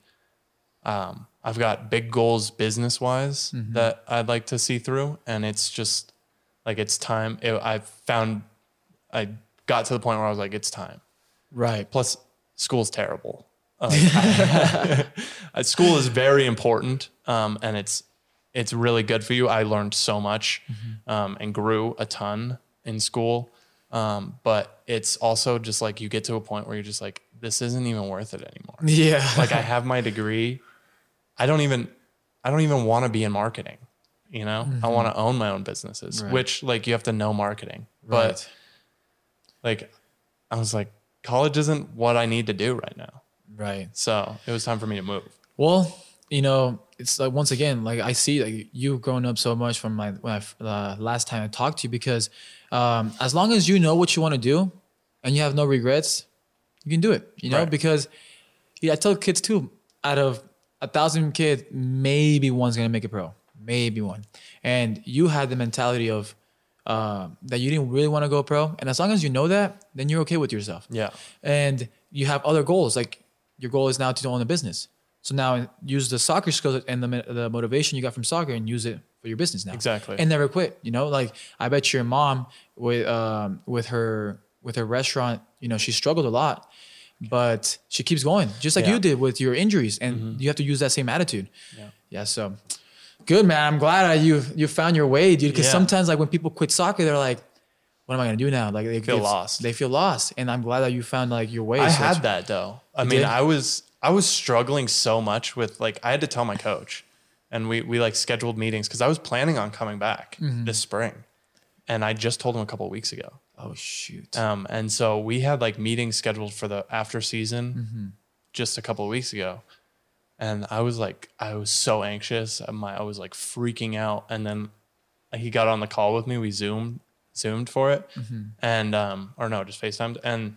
Speaker 2: um, I've got big goals business wise
Speaker 1: Mm-hmm.
Speaker 2: that I'd like to see through, and it's just like it's time. It, I found I got to the point where I was like, it's time.
Speaker 1: Right.
Speaker 2: Plus, school's terrible. Uh, uh, [LAUGHS] school is very important, um, and it's it's really good for you. I learned so much um, and grew a ton in school, Um, but it's also just like you get to a point where you're just like, this isn't even worth it anymore.
Speaker 1: [LAUGHS] Yeah.
Speaker 2: like [LAUGHS] I have my degree. I don't even I don't even want to be in marketing. You know, I want to own my own businesses,
Speaker 1: Right.
Speaker 2: which like you have to know marketing. But
Speaker 1: Right.
Speaker 2: like I was like, college isn't what I need to do right now.
Speaker 1: right.
Speaker 2: So it was time for me to move.
Speaker 1: Well, you know, it's like once again, like I see like you've grown up so much from my when I f- uh, last time I talked to you because um, as long as you know what you want to do and you have no regrets, you can do it. You know,
Speaker 2: Right.
Speaker 1: because yeah, I tell kids too. Out of a thousand kids, maybe one's gonna make a pro, maybe one. And you had the mentality of uh, that you didn't really want to go pro, and as long as you know that, then you're okay with yourself
Speaker 2: Yeah.
Speaker 1: and you have other goals like your goal is now to own a business so now use the soccer skills and the, mo- the motivation you got from soccer and use it for your business now
Speaker 2: Exactly.
Speaker 1: and never quit you know like i bet your mom with um with her with her restaurant you know she struggled a lot but she keeps going just like
Speaker 2: Yeah. Mm-hmm.
Speaker 1: you did with your injuries and you have to use that same attitude
Speaker 2: Yeah.
Speaker 1: yeah so good man i'm glad I, you you found your way dude because
Speaker 2: Yeah.
Speaker 1: sometimes like when people quit soccer they're like what am i going to do now like they
Speaker 2: Feel
Speaker 1: they-
Speaker 2: lost.
Speaker 1: they feel lost and i'm glad that you found like your way
Speaker 2: I
Speaker 1: so
Speaker 2: had
Speaker 1: it's-
Speaker 2: that though. I mean,
Speaker 1: did?
Speaker 2: I was I was struggling so much with like I had to tell my coach, and we we like scheduled meetings because I was planning on coming back this spring, and I just told him a couple of weeks ago.
Speaker 1: oh shoot
Speaker 2: Um, and so we had like meetings scheduled for the after season just a couple of weeks ago. And I was like, I was so anxious. I'm, I was like freaking out. And then uh, he got on the call with me. We zoomed, zoomed for it. And, um, or no, just FaceTimed. And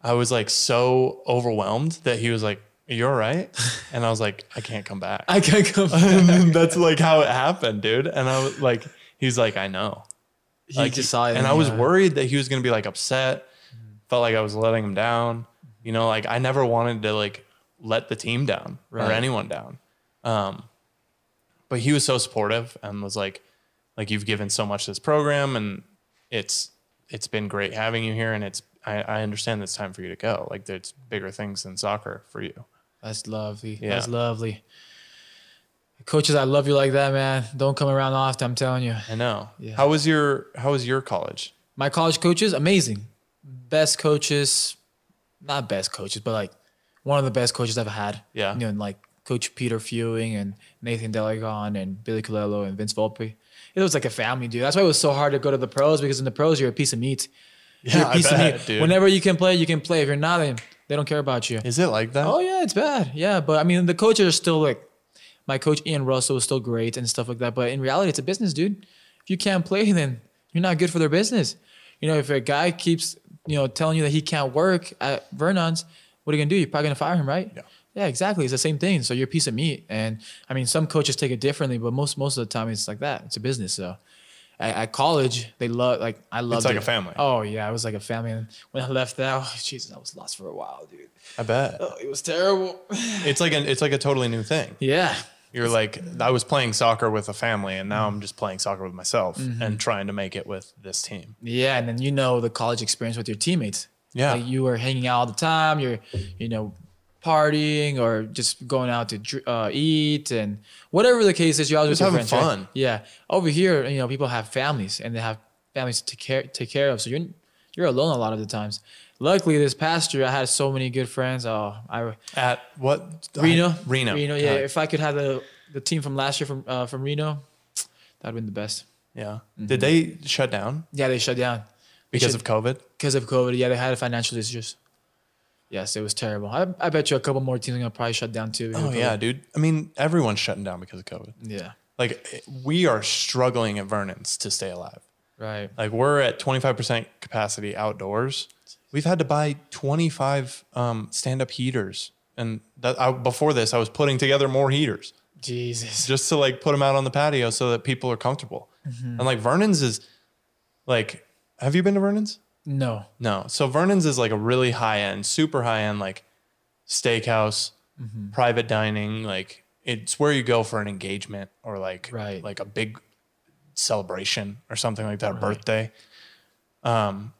Speaker 2: I was like so overwhelmed that he was like, You're all [LAUGHS] right. And I was like, I [LAUGHS] can't come back.
Speaker 1: i can't [LAUGHS] come
Speaker 2: and then that's like how it happened, dude. And I was like, He's like, I know
Speaker 1: he
Speaker 2: like,
Speaker 1: just saw it
Speaker 2: and I was
Speaker 1: yeah. Mm-hmm.
Speaker 2: worried that he was gonna be like upset. Felt like I was letting him down. You know, like I never wanted to like let the team down
Speaker 1: Right.
Speaker 2: or anyone down. Um, but he was so supportive and was like, like you've given so much to this program, and it's it's been great having you here, and it's I, I understand it's time for you to go. Like there's bigger things than soccer for you.
Speaker 1: that's lovely
Speaker 2: Yeah.
Speaker 1: that's lovely coaches i love you like that man don't come around often i'm telling you
Speaker 2: I know.
Speaker 1: Yeah.
Speaker 2: How was your How was your college?
Speaker 1: my college coaches amazing best coaches not best coaches but like one of the best coaches i've had
Speaker 2: Yeah.
Speaker 1: you know and like coach peter fewing and nathan delagon and billy colello and vince volpe it was like a family dude that's why it was so hard to go to the pros because in the pros you're a piece of meat you're a
Speaker 2: I
Speaker 1: piece
Speaker 2: bet,
Speaker 1: of meat
Speaker 2: dude.
Speaker 1: whenever you can play you can play if you're not then they don't care about you
Speaker 2: Is it like that?
Speaker 1: Oh yeah, it's bad. Yeah, but I mean the coaches are still like my coach Ian Russell is still great and stuff like that. But in reality, it's a business, dude. If you can't play, [LAUGHS] then you're not good for their business. You know, if a guy keeps you know telling you that he can't work at Vernon's, what are you gonna do? You're probably gonna fire him, right?
Speaker 2: Yeah.
Speaker 1: Yeah, exactly. It's the same thing. So you're a piece of meat. And I mean, some coaches take it differently, but most most of the time it's like that. It's a business. So at, at college, they love like I love.
Speaker 2: like a family.
Speaker 1: Oh yeah, it was like a family. And when I left that, oh, Jesus, I was lost for a while, dude.
Speaker 2: I bet
Speaker 1: Oh, it was terrible.
Speaker 2: it's like an it's like a totally new thing.
Speaker 1: Yeah.
Speaker 2: You're like, I was playing soccer with a family, and now I'm just playing soccer with myself and trying to make it with this team.
Speaker 1: Yeah. And then you know the college experience with your teammates.
Speaker 2: Yeah.
Speaker 1: Like you were hanging out all the time. You're, you know, partying or just going out to dr- uh, eat and whatever the case is, you're always
Speaker 2: Just
Speaker 1: with your
Speaker 2: having
Speaker 1: friends, right?
Speaker 2: fun.
Speaker 1: Yeah. Over here, you know, people have families and they have families to take care take care of. So you're you're alone a lot of the times. Luckily, this past year, I had so many good friends. Oh, I
Speaker 2: At what
Speaker 1: Reno,
Speaker 2: Reno, Uh,
Speaker 1: Reno. Yeah.
Speaker 2: God.
Speaker 1: If I could have the the team from last year from uh, from Reno, that'd been the best.
Speaker 2: yeah. Did they shut down
Speaker 1: Yeah, they shut down.
Speaker 2: because
Speaker 1: should-
Speaker 2: of COVID?
Speaker 1: because of COVID. Yeah, they had financial issues. Yes, it was terrible. I, I bet you a couple more teams are gonna probably shut down too. because
Speaker 2: Oh
Speaker 1: of
Speaker 2: yeah,
Speaker 1: COVID.
Speaker 2: dude. I mean, everyone's shutting down because of COVID.
Speaker 1: yeah,
Speaker 2: Like it- we are struggling at Vernon's to stay alive.
Speaker 1: right.
Speaker 2: Like we're at 25% capacity outdoors. We've had to buy 25 um, stand-up heaters, and that, I, before this, I was putting together more heaters.
Speaker 1: Jesus,
Speaker 2: just to like put them out on the patio so that people are comfortable.
Speaker 1: Mm-hmm.
Speaker 2: And like Vernon's is like, have you been to Vernon's?
Speaker 1: no,
Speaker 2: No. So Vernon's is like a really high end, super high end, like steakhouse,
Speaker 1: Mm-hmm.
Speaker 2: private dining. Like it's where you go for an engagement or like
Speaker 1: Right.
Speaker 2: like a big celebration or something like that, a birthday. Um,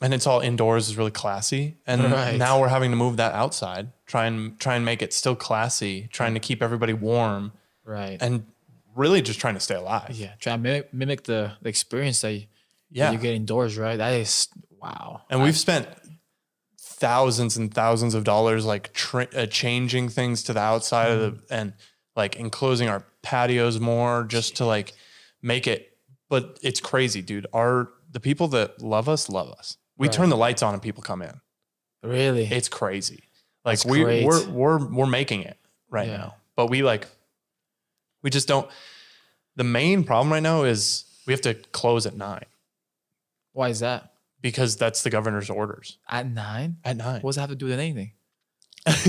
Speaker 2: and it's all indoors is really classy. And
Speaker 1: Right.
Speaker 2: now we're having to move that outside, try and try and make it still classy, trying to keep everybody warm
Speaker 1: right.
Speaker 2: and really just trying to stay alive.
Speaker 1: yeah, try to mimic, mimic the, the experience that you,
Speaker 2: Yeah.
Speaker 1: you get indoors, right? That is wow.
Speaker 2: And we've spent thousands and thousands of dollars like tra- uh, changing things to the outside of
Speaker 1: Mm-hmm.
Speaker 2: the and like enclosing our patios more just to like make it but it's crazy dude our the people that love us love us we
Speaker 1: Right.
Speaker 2: turn the lights on and people come in
Speaker 1: really
Speaker 2: it's crazy like
Speaker 1: That's
Speaker 2: we
Speaker 1: great.
Speaker 2: we're we're we're making it right
Speaker 1: Yeah.
Speaker 2: now but we like we just don't the main problem right now is we have to close at 9
Speaker 1: why is that
Speaker 2: because that's the governor's orders
Speaker 1: at nine?
Speaker 2: at 9
Speaker 1: What does that have to do with anything?
Speaker 2: [LAUGHS]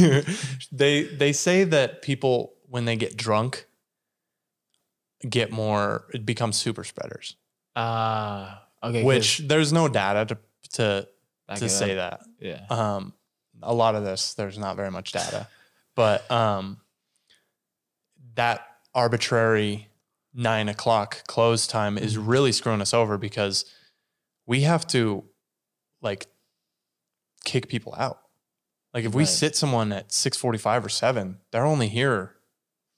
Speaker 2: they they say that people when they get drunk get more it becomes super spreaders
Speaker 1: Uh okay.
Speaker 2: which there's no data to to, to say that
Speaker 1: yeah,
Speaker 2: um a lot of this there's not very much data but um that arbitrary nine o'clock close time is really screwing us over because we have to like kick people out like if we
Speaker 1: Right.
Speaker 2: sit someone at 6.45 or 7 they're only here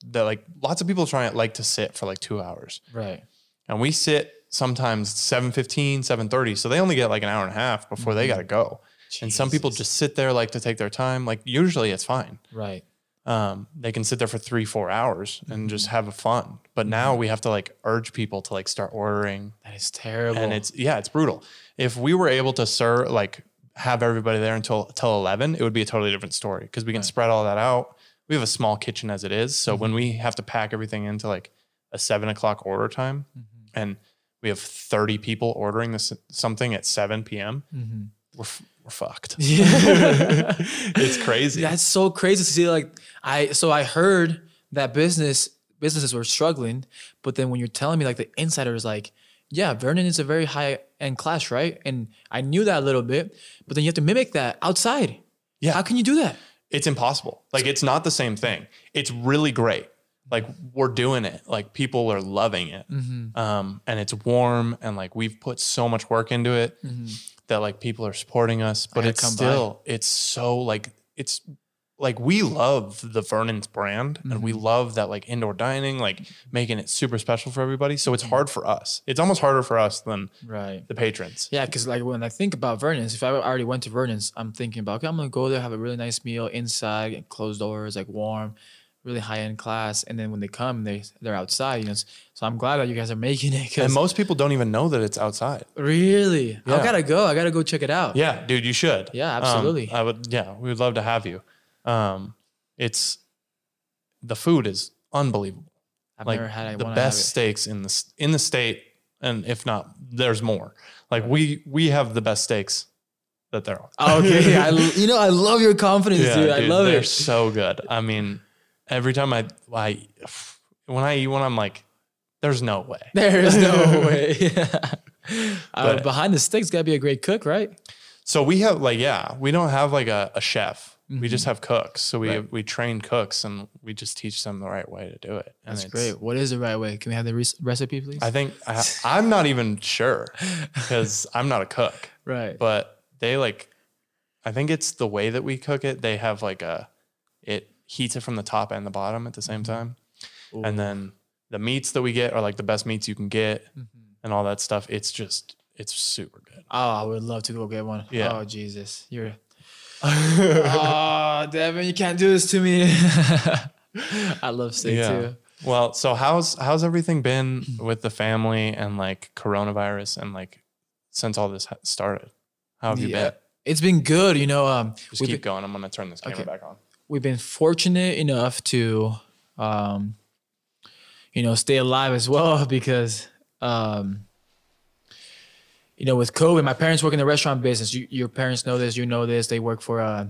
Speaker 2: they're like lots of people try like to sit for like two hours
Speaker 1: right.
Speaker 2: and we sit sometimes 7.15 7.30 so they only get like an hour and a half before they
Speaker 1: Mhm.
Speaker 2: got to go and some people
Speaker 1: Jesus.
Speaker 2: just sit there like to take their time like usually it's fine
Speaker 1: right.
Speaker 2: um, they can sit there for three four hours and just have a fun but now we have to like urge people to like start ordering
Speaker 1: That is terrible.
Speaker 2: and it's yeah it's brutal if we were able to serve like have everybody there until till 11 it would be a totally different story because we can
Speaker 1: Right. Mm-hmm.
Speaker 2: spread all that out we have a small kitchen as it is so when we have to pack everything into like a seven o'clock order time
Speaker 1: Mhm.
Speaker 2: and we have 30 people ordering this something at 7 p.m
Speaker 1: Mhm.
Speaker 2: we're, f- we're fucked
Speaker 1: [LAUGHS] Yeah.
Speaker 2: it's crazy
Speaker 1: That's so crazy to see. Like I, so I heard that business businesses were struggling, but then when you're telling me, like the insider is like, yeah, Vernon is a very high end class, right? And I knew that a little bit, but then you have to mimic that outside.
Speaker 2: Yeah.
Speaker 1: how can you do that?
Speaker 2: it's impossible. Like it's not the same thing. It's really great. Like we're doing it. Like people are loving it. Um, and it's warm and like we've put so much work into it that like people are supporting us.
Speaker 1: Mm-hmm.
Speaker 2: But
Speaker 1: gotta
Speaker 2: it's
Speaker 1: come by.
Speaker 2: still it's so like it's like we love the Vernon's brand and
Speaker 1: Mm-hmm.
Speaker 2: we love that like indoor dining, like making it super special for everybody. So it's hard for us. It's almost harder for us than
Speaker 1: Right.
Speaker 2: the patrons.
Speaker 1: Yeah, because like when I think about Vernon's, if I already went to Vernon's, I'm thinking about okay, I'm gonna go there, have a really nice meal inside, get closed doors, like warm, really high end class. And then when they come, they they're outside. You know, s- so I'm glad that you guys are making it. 'cause-
Speaker 2: And most people don't even know that it's outside.
Speaker 1: Really?
Speaker 2: Yeah.
Speaker 1: I gotta go. I gotta go check it out.
Speaker 2: Yeah, dude, you should.
Speaker 1: Yeah,
Speaker 2: Um,
Speaker 1: absolutely.
Speaker 2: I would. Yeah, we would love to have you. Um, it's the food is unbelievable.
Speaker 1: I've
Speaker 2: like
Speaker 1: never had. I
Speaker 2: the
Speaker 1: want to have
Speaker 2: best
Speaker 1: it.
Speaker 2: steaks in the s- in the state, and if not, there's more. Like we we have the best steaks that there are.
Speaker 1: Oh,
Speaker 2: [LAUGHS]
Speaker 1: okay, I, l- you know I love your confidence, dude. I love
Speaker 2: they're
Speaker 1: it.
Speaker 2: so good. I mean, every time I I when I eat one, I'm like, there's no way.
Speaker 1: [LAUGHS] There is
Speaker 2: [LAUGHS]
Speaker 1: no way. [LAUGHS] Uh,
Speaker 2: But-
Speaker 1: behind the sticks, gotta be a great cook, right?
Speaker 2: So we have like yeah, we don't have like a, a chef. We
Speaker 1: Mm-hmm.
Speaker 2: just have cooks. So we we train cooks and we just teach them the right way to do it. And
Speaker 1: That's
Speaker 2: it's-
Speaker 1: great. What is the right way? Can we have the re- recipe, please?
Speaker 2: I think I, I'm not even sure because I'm not a cook,
Speaker 1: right.
Speaker 2: but they like I think it's the way that we cook it. They have like a it heats it from the top and the bottom at the same
Speaker 1: Mm-hmm.
Speaker 2: time. And then the meats that we get are like the best meats you can get
Speaker 1: Mm-hmm.
Speaker 2: and all that stuff. It's just it's super
Speaker 1: [LAUGHS]
Speaker 2: good.
Speaker 1: oh, I would love to go get one.
Speaker 2: Yeah.
Speaker 1: Oh Jesus,
Speaker 2: [LAUGHS]
Speaker 1: you're. oh, Devin, you can't do this to me. [LAUGHS] I love steak too.
Speaker 2: Well, so how's how's
Speaker 1: [CLEARS THROAT]
Speaker 2: everything been with the family and like coronavirus and like since all this ha- started? How have you
Speaker 1: Yeah.
Speaker 2: been?
Speaker 1: It's been good, you know. Um,
Speaker 2: Just
Speaker 1: we've
Speaker 2: keep going. I'm gonna turn this camera
Speaker 1: Okay.
Speaker 2: back on.
Speaker 1: we've been fortunate enough to um you know stay alive as well [LAUGHS] because um you know with covid my parents work in the restaurant business you, your parents know this you know this they work for uh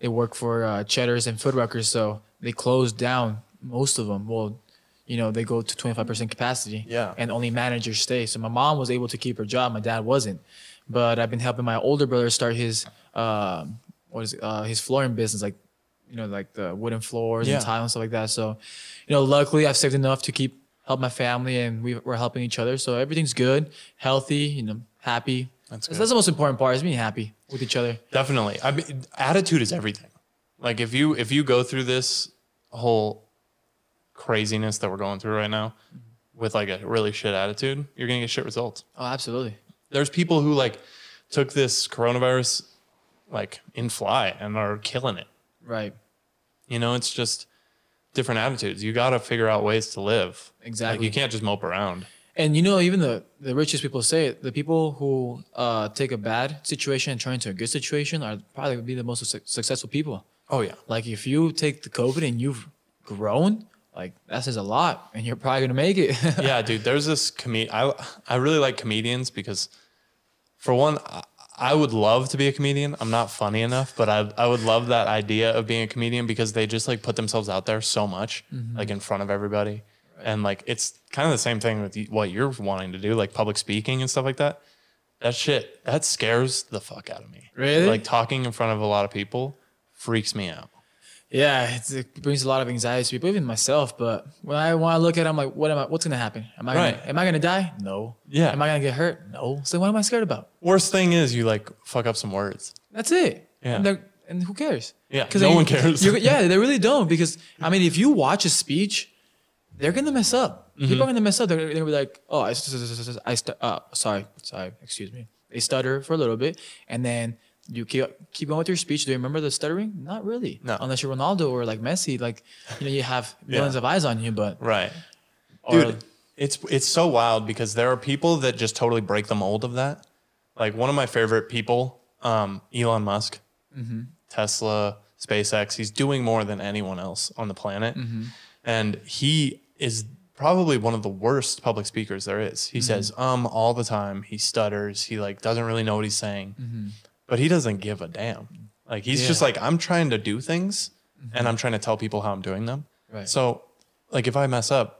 Speaker 1: they work for uh cheddars and food Ruckers, so they closed down most of them well you know they go to 25% capacity
Speaker 2: Yeah.
Speaker 1: and only managers stay so my mom was able to keep her job my dad wasn't but i've been helping my older brother start his um what is it, uh his flooring business like you know, like the wooden floors
Speaker 2: Yeah.
Speaker 1: and tile and stuff like that. So, you know, luckily I've saved enough to keep help my family, and we, we're helping each other. So everything's good, healthy, you know, happy.
Speaker 2: That's
Speaker 1: that's,
Speaker 2: good.
Speaker 1: the most important part is being happy with each other.
Speaker 2: Definitely. I mean, attitude is everything. Like if you if you go through this whole craziness that we're going through right now with like a really shit attitude, you're gonna get shit results.
Speaker 1: Oh, absolutely.
Speaker 2: there's people who like took this coronavirus like in fly and are killing it.
Speaker 1: Right.
Speaker 2: You know, it's just different attitudes. You got to figure out ways to live. Like
Speaker 1: Exactly.
Speaker 2: you can't just mope around.
Speaker 1: And you know, even the, the richest people say it. The people who uh, take a bad situation and turn it into a good situation are probably be the most suc- successful people.
Speaker 2: Oh yeah.
Speaker 1: Like if you take the COVID and you've grown, like that says a lot, and you're probably gonna make it. [LAUGHS]
Speaker 2: yeah, dude. There's this comedian. I I really like comedians because, for one, I, I would love to be a comedian. I'm not funny enough, but I I would love that idea of being a comedian because they just like put themselves out there so much, like in front of everybody, and like it's kind of the same thing with y- what you're wanting to do, like public speaking and stuff like that. That shit that scares the fuck out of me.
Speaker 1: Really?
Speaker 2: Like talking in front of a lot of people freaks me out.
Speaker 1: yeah, it's, it brings a lot of anxiety to people, even myself. But when I when I look at, it, I'm like, what am I? What's gonna happen? Am I
Speaker 2: Right.
Speaker 1: gonna, am I gonna die? No.
Speaker 2: Yeah.
Speaker 1: Am I gonna get hurt? No. So what am I scared about?
Speaker 2: Worst thing is you like fuck up some words.
Speaker 1: That's it.
Speaker 2: Yeah.
Speaker 1: And, they're- and who cares?
Speaker 2: Yeah,
Speaker 1: 'Cause
Speaker 2: no
Speaker 1: they-
Speaker 2: one cares.
Speaker 1: you- yeah, they really
Speaker 2: [LAUGHS]
Speaker 1: don't. Because I mean, if you watch a speech, they're gonna mess up.
Speaker 2: Mm-hmm.
Speaker 1: People are gonna mess up. They're, they're gonna be like, "Oh, I, s- s- s- s- I stu- uh, sorry, sorry, excuse me." They stutter for a little bit, and then you keep keep on with your speech. Do you remember the stuttering? Not really.
Speaker 2: No.
Speaker 1: Unless you're Ronaldo or like Messi, like you know, you
Speaker 2: [LAUGHS]
Speaker 1: have millions of eyes on you. But
Speaker 2: Right.
Speaker 1: or-
Speaker 2: dude it's it's so wild because there are people that just totally break the mold of that like one of my favorite people um, elon musk
Speaker 1: Mm-hmm.
Speaker 2: tesla spacex he's doing more than anyone else on the planet
Speaker 1: Mm-hmm.
Speaker 2: and he is probably one of the worst public speakers there is
Speaker 1: Mm-hmm.
Speaker 2: he says um all the time he stutters he like doesn't really know what he's saying but he doesn't give a damn like he's just
Speaker 1: Mm-hmm. Yeah. Mm-hmm.
Speaker 2: like i'm trying to do things and i'm trying to tell people how i'm doing them
Speaker 1: Right.
Speaker 2: so like if i mess up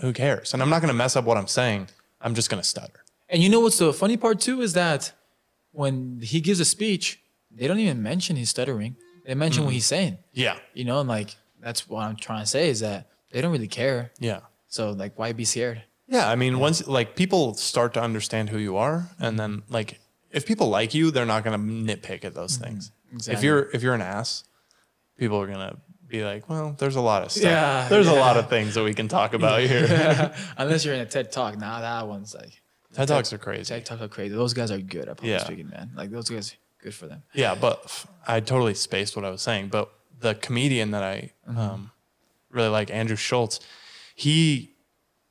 Speaker 2: who cares? And I'm not going to mess up what I'm saying. I'm just going to stutter.
Speaker 1: And you know what's the funny part too is that when he gives a speech, they don't even mention he's stuttering. They mention
Speaker 2: Mm-hmm.
Speaker 1: what he's saying.
Speaker 2: Yeah.
Speaker 1: You know, and like that's what I'm trying to say is that they don't really care.
Speaker 2: Yeah.
Speaker 1: So like, why be
Speaker 2: [LAUGHS]
Speaker 1: scared? [LAUGHS]
Speaker 2: Yeah. I mean, once like people start to understand who you are, and then like if people like you, they're not going to nitpick at those things. If
Speaker 1: Exactly.
Speaker 2: you're if you're an ass, people are going to be like, well, there's a lot of stuff.
Speaker 1: Yeah,
Speaker 2: There's a
Speaker 1: yeah.
Speaker 2: lot of things that we can talk about [LAUGHS] here.
Speaker 1: Unless you're in a TED Talk. Now that one's like
Speaker 2: TED talks are crazy.
Speaker 1: TED Talks are crazy. Those guys are good. I promise
Speaker 2: Yeah.
Speaker 1: speaking, man. Like those guys, good for them.
Speaker 2: Yeah, but f- I totally spaced what I was saying. But the comedian that I um, really like, Andrew Schultz, he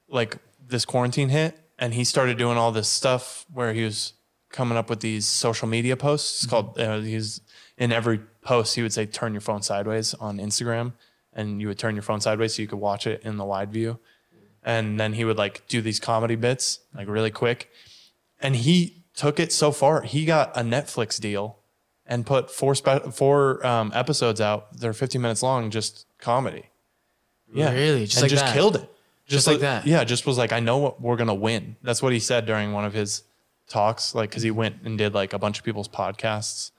Speaker 2: like this quarantine hit, and he started doing all this stuff where he was coming up with these social media
Speaker 1: Mm-hmm.
Speaker 2: posts called. Uh, he's in every post, he would say, "Turn your phone sideways" on Instagram, and you would turn your phone sideways so you could watch it in the wide view. And then he would like do these comedy bits like really quick, and he took it so far. He got a Netflix deal and put four spe- four um, episodes out. They're 15 minutes long, just comedy.
Speaker 1: Really? Just
Speaker 2: and
Speaker 1: like
Speaker 2: just
Speaker 1: that?
Speaker 2: killed it.
Speaker 1: Just like that?
Speaker 2: Yeah, just was like, I know what we're gonna win. That's what he said during one of his talks, like because he went and did like a bunch of people's podcasts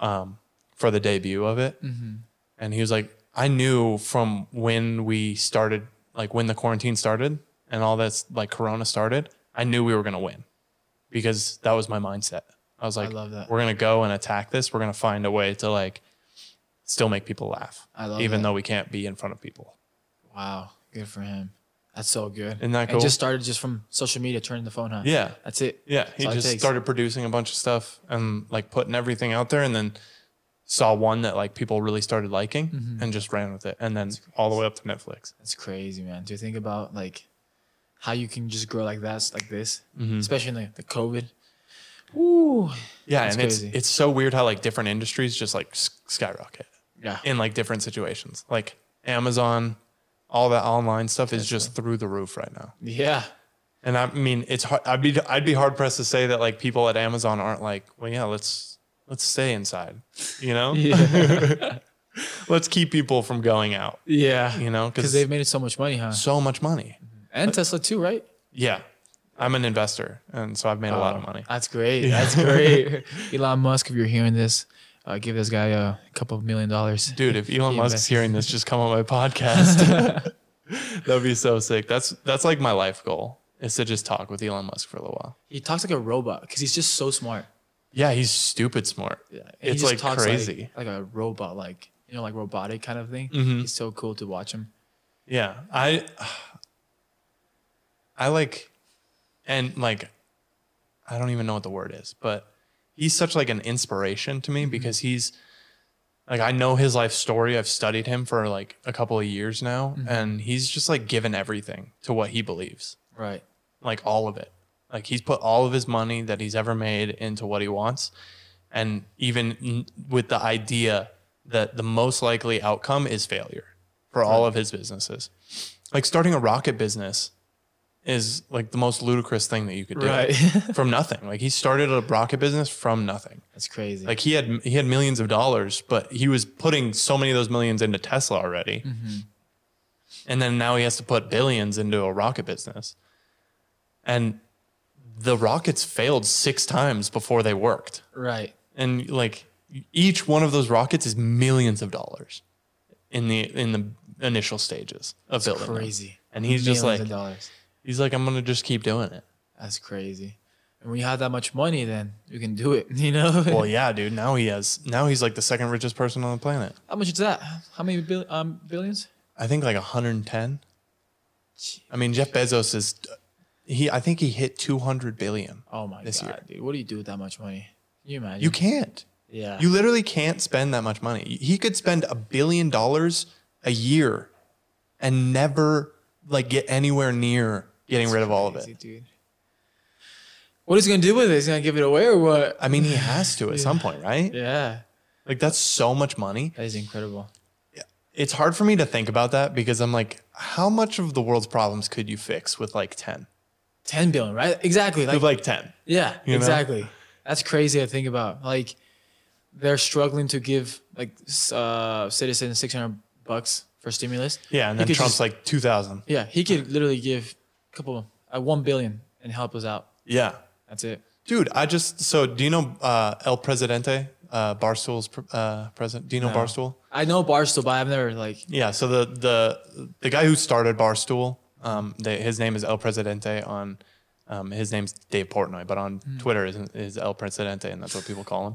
Speaker 2: um, for the debut of it,
Speaker 1: Mm-hmm.
Speaker 2: and he was like, I knew from when we started, like when the quarantine started and all that's like Corona started, I knew we were gonna win because that was my mindset. I was like,
Speaker 1: love that.
Speaker 2: we're gonna go and attack this. We're gonna find a way to like still make people laugh,
Speaker 1: I love
Speaker 2: even
Speaker 1: that.
Speaker 2: though we can't be in front of people.
Speaker 1: Wow, good for him. That's so good.
Speaker 2: Isn't that
Speaker 1: And
Speaker 2: cool?
Speaker 1: just started just from social media, turning the phone on.
Speaker 2: Yeah.
Speaker 1: That's it.
Speaker 2: Yeah,
Speaker 1: That's
Speaker 2: he
Speaker 1: all it
Speaker 2: just
Speaker 1: takes.
Speaker 2: started producing a bunch of stuff and like putting everything out there, and then saw one that like people really started liking
Speaker 1: Mm-hmm.
Speaker 2: and just ran with it, and then all the way up to Netflix.
Speaker 1: That's crazy, man. Do you think about like how you can just grow like that, like this,
Speaker 2: Mm-hmm.
Speaker 1: especially in like the COVID? Ooh,
Speaker 2: Yeah,
Speaker 1: That's
Speaker 2: and
Speaker 1: crazy.
Speaker 2: it's it's so weird how like different industries just like s- skyrocket
Speaker 1: yeah,
Speaker 2: in like different situations. Like Amazon, all that online stuff is just through the roof right now. [LAUGHS]
Speaker 1: yeah. [LAUGHS]
Speaker 2: And I mean, it's hard. I'd be I'd be hard pressed to say that like people at Amazon aren't like, well, yeah, let's let's stay inside,
Speaker 1: [LAUGHS]
Speaker 2: you know, let's keep people from going out.
Speaker 1: Yeah.
Speaker 2: You know,
Speaker 1: because they've made it so much money, huh?
Speaker 2: so much money.
Speaker 1: And Tesla too, right?
Speaker 2: Yeah. I'm an investor. And so I've made a lot of money.
Speaker 1: Um, That's great. That's
Speaker 2: [LAUGHS]
Speaker 1: great. Elon Musk, if you're hearing this, uh, give this guy a couple of million dollars.
Speaker 2: Dude, if Elon
Speaker 1: He
Speaker 2: Musk's
Speaker 1: invested.
Speaker 2: hearing this, just come on my podcast. [LAUGHS] That'd be so sick. That's that's like my life goal is to just talk with Elon Musk for a little while.
Speaker 1: He talks like a robot because he's just so smart.
Speaker 2: Yeah, he's stupid smart.
Speaker 1: And he
Speaker 2: it's
Speaker 1: just
Speaker 2: like
Speaker 1: talks
Speaker 2: crazy. Mm-hmm.
Speaker 1: like, a robot, like you know, like robotic kind of thing. He's so cool to watch him.
Speaker 2: Yeah. [SIGHS] I I like and like I don't even know what the word is, but he's such like an inspiration to me because he's like I know his life story. I've studied him for like a couple of years now, and he's just like given everything to what he believes,
Speaker 1: Right.
Speaker 2: like all of it. Like he's put all of his money that he's ever made into what he wants, and even n- with the idea that the most likely outcome is failure for all of his businesses. Like starting a rocket business is like the most ludicrous thing that you could do
Speaker 1: Right.
Speaker 2: from nothing. Like he started a rocket business from nothing.
Speaker 1: That's crazy.
Speaker 2: Like he had he had millions of dollars, but he was putting so many of those millions into Tesla already,
Speaker 1: Mm-hmm.
Speaker 2: and then now he has to put billions into a rocket business, and the rockets failed six times before they worked,
Speaker 1: right.
Speaker 2: and like each one of those rockets is millions of dollars in the in the initial stages of building. them.
Speaker 1: Crazy.
Speaker 2: And he's just
Speaker 1: Millions
Speaker 2: like-
Speaker 1: of dollars.
Speaker 2: He's like, I'm gonna just keep doing it.
Speaker 1: That's crazy. And when you have that much money, then you can do it. [LAUGHS] You know.
Speaker 2: Well, yeah, dude. Now he has. Now he's like the second richest person on the planet.
Speaker 1: How much is that? How many bill- um, billions?
Speaker 2: I think like 110.
Speaker 1: Gee.
Speaker 2: I mean, Jeff Bezos is he. I think he hit 200 billion.
Speaker 1: Oh my
Speaker 2: This
Speaker 1: god,
Speaker 2: year.
Speaker 1: dude! What do you do with that much money? Can you imagine?
Speaker 2: You can't.
Speaker 1: yeah.
Speaker 2: You literally can't spend that much money. He could spend a billion dollars a year and never like get anywhere near getting rid of all of
Speaker 1: Crazy,
Speaker 2: it.
Speaker 1: dude. What is he gonna do with it? He's gonna give it away or what?
Speaker 2: I mean, he has to
Speaker 1: [LAUGHS]
Speaker 2: at some point, right?
Speaker 1: Yeah,
Speaker 2: Like that's so much money.
Speaker 1: that is incredible.
Speaker 2: It's hard for me to think about that because I'm like, how much of the world's problems could you fix with like 10?
Speaker 1: Ten billion, right? Exactly. Like
Speaker 2: With like 10.
Speaker 1: Yeah,
Speaker 2: You know?
Speaker 1: exactly. That's crazy to think about. Like they're struggling to give like s- uh, citizens 600 bucks for stimulus.
Speaker 2: Yeah,
Speaker 1: He
Speaker 2: and then
Speaker 1: could
Speaker 2: Trump's
Speaker 1: just-
Speaker 2: like 2,000.
Speaker 1: yeah, he could literally give a couple uh, 1 billion and help us out.
Speaker 2: Yeah.
Speaker 1: That's it.
Speaker 2: Dude, I just so do you know uh, El Presidente, uh, Barstool's pr- uh, president? Do you know
Speaker 1: No.
Speaker 2: Barstool?
Speaker 1: I know Barstool, but I've never like
Speaker 2: Yeah. So the the the guy who started Barstool, um, they, his name is El Presidente on, um, his name's Dave Portnoy, but on Twitter is is El Presidente, and that's what people call him.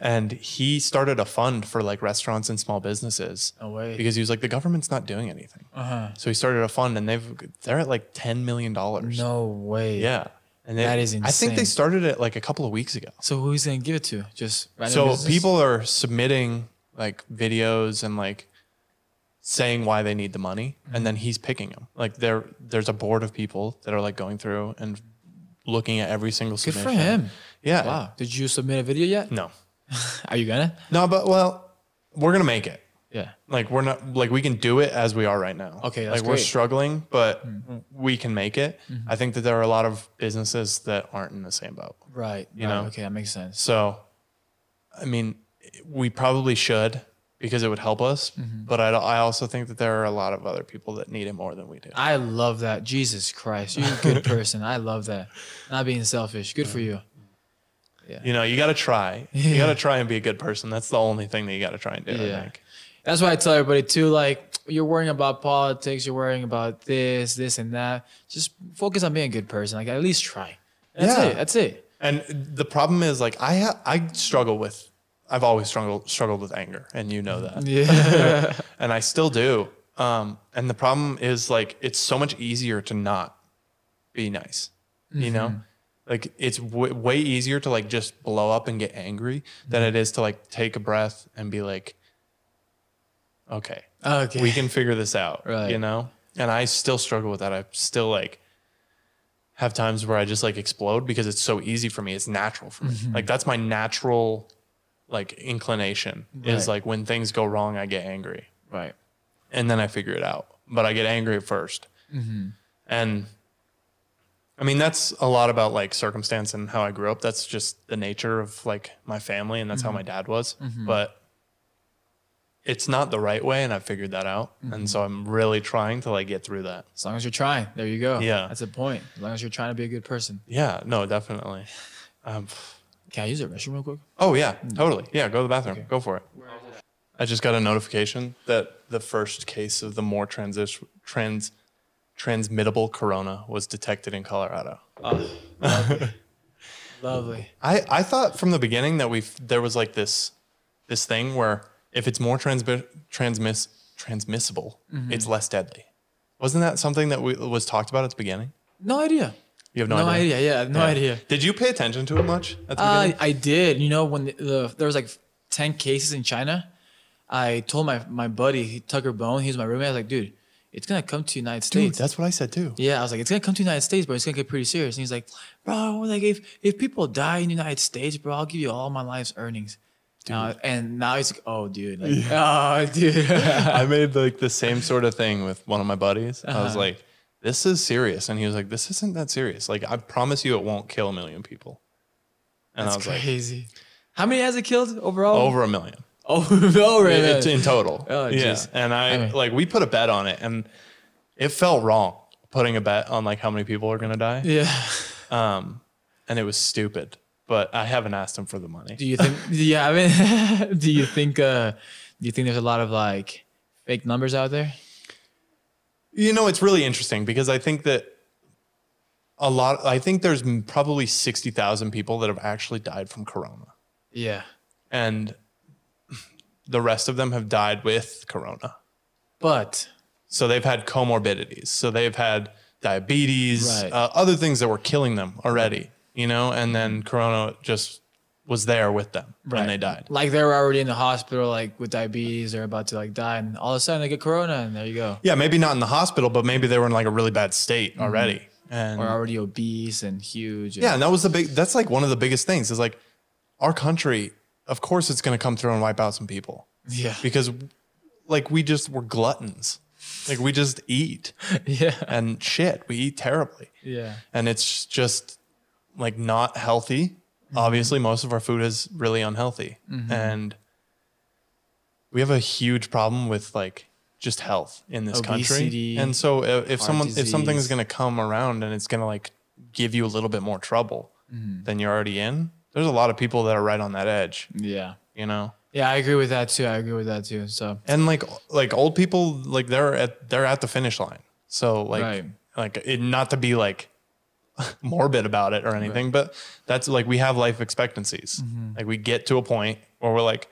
Speaker 2: And he started a fund for like restaurants and small businesses.
Speaker 1: No way.
Speaker 2: Because he was like, the government's not doing anything.
Speaker 1: Uh-huh.
Speaker 2: So he started a fund, and they've they're at like ten million dollars.
Speaker 1: no way.
Speaker 2: Yeah. And they,
Speaker 1: That is
Speaker 2: I think they
Speaker 1: insane.
Speaker 2: started it like a couple of weeks ago.
Speaker 1: So who's going to give it to? Just random
Speaker 2: So
Speaker 1: business?
Speaker 2: people are submitting like videos and like saying why they need the money, and then he's picking them. Like there, there's a board of people that are like going through and looking at every single
Speaker 1: Good
Speaker 2: submission.
Speaker 1: for him. [LAUGHS]
Speaker 2: Yeah.
Speaker 1: Wow. Did you submit a video yet?
Speaker 2: No.
Speaker 1: [LAUGHS] Are you going to?
Speaker 2: No, but well, we're gonna make it.
Speaker 1: Yeah.
Speaker 2: Like we're not like we can do it as we are right now.
Speaker 1: Okay, that's great. Mm.
Speaker 2: like we're
Speaker 1: Mm-hmm.
Speaker 2: struggling, but we can make it. I think that there are a lot of businesses that aren't in the same boat.
Speaker 1: Right. You
Speaker 2: know.
Speaker 1: Okay, that makes sense.
Speaker 2: So, I mean, we probably should because it would help us.
Speaker 1: Mm-hmm.
Speaker 2: But I, I also think that there are a lot of other people that need it more than we do.
Speaker 1: I love that. Jesus Christ, you're a [LAUGHS] good person. I love that. Not being selfish. Good for you.
Speaker 2: You know, you got to try. You
Speaker 1: Yeah.
Speaker 2: got to try and be a good person. That's the only thing that you got to try and do. I
Speaker 1: Yeah.
Speaker 2: think.
Speaker 1: That's why I tell everybody too. Like you're worrying about politics, you're worrying about this, this, and that. Just focus on being a good person. Like at least try. That's
Speaker 2: Yeah.
Speaker 1: it. That's it.
Speaker 2: And the problem is, like, I ha- I struggle with. I've always struggled struggled with anger, and you know that.
Speaker 1: Yeah.
Speaker 2: and I still do. Um, and the problem is like it's so much easier to not be nice, you know.
Speaker 1: Mm-hmm.
Speaker 2: Like it's w- way easier to like just blow up and get angry than
Speaker 1: Mm-hmm.
Speaker 2: it is to like take a breath and be like, okay,
Speaker 1: [LAUGHS] okay.
Speaker 2: we can figure this out,
Speaker 1: Right.
Speaker 2: you know. And I still struggle with that. I still like have times where I just like explode because it's so easy for me. It's natural for me.
Speaker 1: Mm-hmm.
Speaker 2: Like that's my natural like inclination is
Speaker 1: Right.
Speaker 2: like when things go wrong, I get angry
Speaker 1: right.
Speaker 2: and then I figure it out. But I get angry at 1st and I mean that's a lot about like circumstance and how I grew up. That's just the nature of like my family, and that's how my dad was. But it's not the right way, and I figured that out. And so I'm really trying to like get through that.
Speaker 1: As long as you're trying, there you go.
Speaker 2: Yeah.
Speaker 1: That's the point. As long as you're trying to be a good person.
Speaker 2: Yeah, no, definitely. Um,
Speaker 1: Can I use the restroom real quick?
Speaker 2: oh yeah,
Speaker 1: Hmm.
Speaker 2: totally. Yeah, go to the bathroom. Go for it. I just got a notification that the first case of the more transis- trans transmittable corona was detected in Colorado.
Speaker 1: Lovely.
Speaker 2: I, I thought from the beginning that we there was like this this thing where if it's more transmi- transmiss
Speaker 1: Mm-hmm.
Speaker 2: transmissible, it's less deadly. Wasn't that something that we was talked about at the beginning?
Speaker 1: No idea.
Speaker 2: You have no,
Speaker 1: No,
Speaker 2: idea.
Speaker 1: idea. Yeah, no
Speaker 2: Yeah.
Speaker 1: idea.
Speaker 2: Did you pay attention to it much at the
Speaker 1: Uh,
Speaker 2: beginning?
Speaker 1: I did. You know, when the, the, there was like ten cases in China, I told my my buddy he- Tucker Bone, he's my roommate. I was like, dude, it's gonna come to United
Speaker 2: Dude,
Speaker 1: States.
Speaker 2: that's what I said too.
Speaker 1: yeah, I was like, it's gonna come to United States, bro. It's gonna get pretty serious. And he's like, bro, like if if people die in the United States, bro, I'll give you all my life's earnings. Uh, and now he's like, oh, dude, like, oh, dude.
Speaker 2: [LAUGHS] I made like the same sort of thing with one of my buddies. I
Speaker 1: Uh-huh.
Speaker 2: was like, this is serious. And he was like, this isn't that serious. Like, I promise you it won't kill a million people. And
Speaker 1: That's
Speaker 2: I was like,
Speaker 1: [LAUGHS] crazy. How many has it killed overall?
Speaker 2: over a million
Speaker 1: [LAUGHS] Oh, no,
Speaker 2: It-
Speaker 1: right.
Speaker 2: it's in total.
Speaker 1: Oh,
Speaker 2: yeah.
Speaker 1: jeez.
Speaker 2: And I,
Speaker 1: Okay.
Speaker 2: like, we put a bet on it and it felt wrong putting a bet on like how many people are going to die.
Speaker 1: yeah.
Speaker 2: Um, and it was stupid, but I haven't asked him for the money.
Speaker 1: Do you think? [LAUGHS] yeah, I mean, [LAUGHS] do you think? Uh, do you think there's a lot of like fake numbers out there?
Speaker 2: You know, it's really interesting because I think that a lot, I think there's m- probably 60,000 people that have actually died from Corona.
Speaker 1: Yeah,
Speaker 2: and the rest of them have died with corona.
Speaker 1: but
Speaker 2: So they've had comorbidities. So they've had diabetes,
Speaker 1: Right.
Speaker 2: uh, other things that were killing them already, you know, and then corona just was there with them
Speaker 1: Right.
Speaker 2: and they died.
Speaker 1: like they were already in the hospital, like with diabetes, they're about to like die, and all of a sudden they get corona, and there you go.
Speaker 2: Yeah, maybe not in the hospital, but maybe they were in like a really bad
Speaker 1: Mm-hmm.
Speaker 2: state already. And
Speaker 1: We're already obese and huge. and-
Speaker 2: yeah, and that was the big, that's like one of the biggest things is like our country, of course, it's going to come through and wipe out some people
Speaker 1: [LAUGHS] yeah,
Speaker 2: because like we just were gluttons. Like we just eat.
Speaker 1: yeah,
Speaker 2: and shit, we eat terribly.
Speaker 1: yeah.
Speaker 2: And it's just like not healthy.
Speaker 1: Mm-hmm.
Speaker 2: Obviously, most of our food is really unhealthy. And we have a huge problem with like just health in this
Speaker 1: Obesity,
Speaker 2: country. And so uh, if someone if something
Speaker 1: disease.
Speaker 2: is going to come around and it's going to like give you a little bit more trouble
Speaker 1: Mm-hmm.
Speaker 2: than you're already in, there's a lot of people that are right on that edge,
Speaker 1: Yeah.
Speaker 2: you know.
Speaker 1: Yeah, I agree with that too. I agree with that too. So
Speaker 2: And like like old people like they're at they're at the finish line. So like
Speaker 1: Right.
Speaker 2: like it, not to be like [LAUGHS] morbid about it or anything, but that's like we have life expectancies.
Speaker 1: Mm-hmm.
Speaker 2: Like we get to a point where we're like,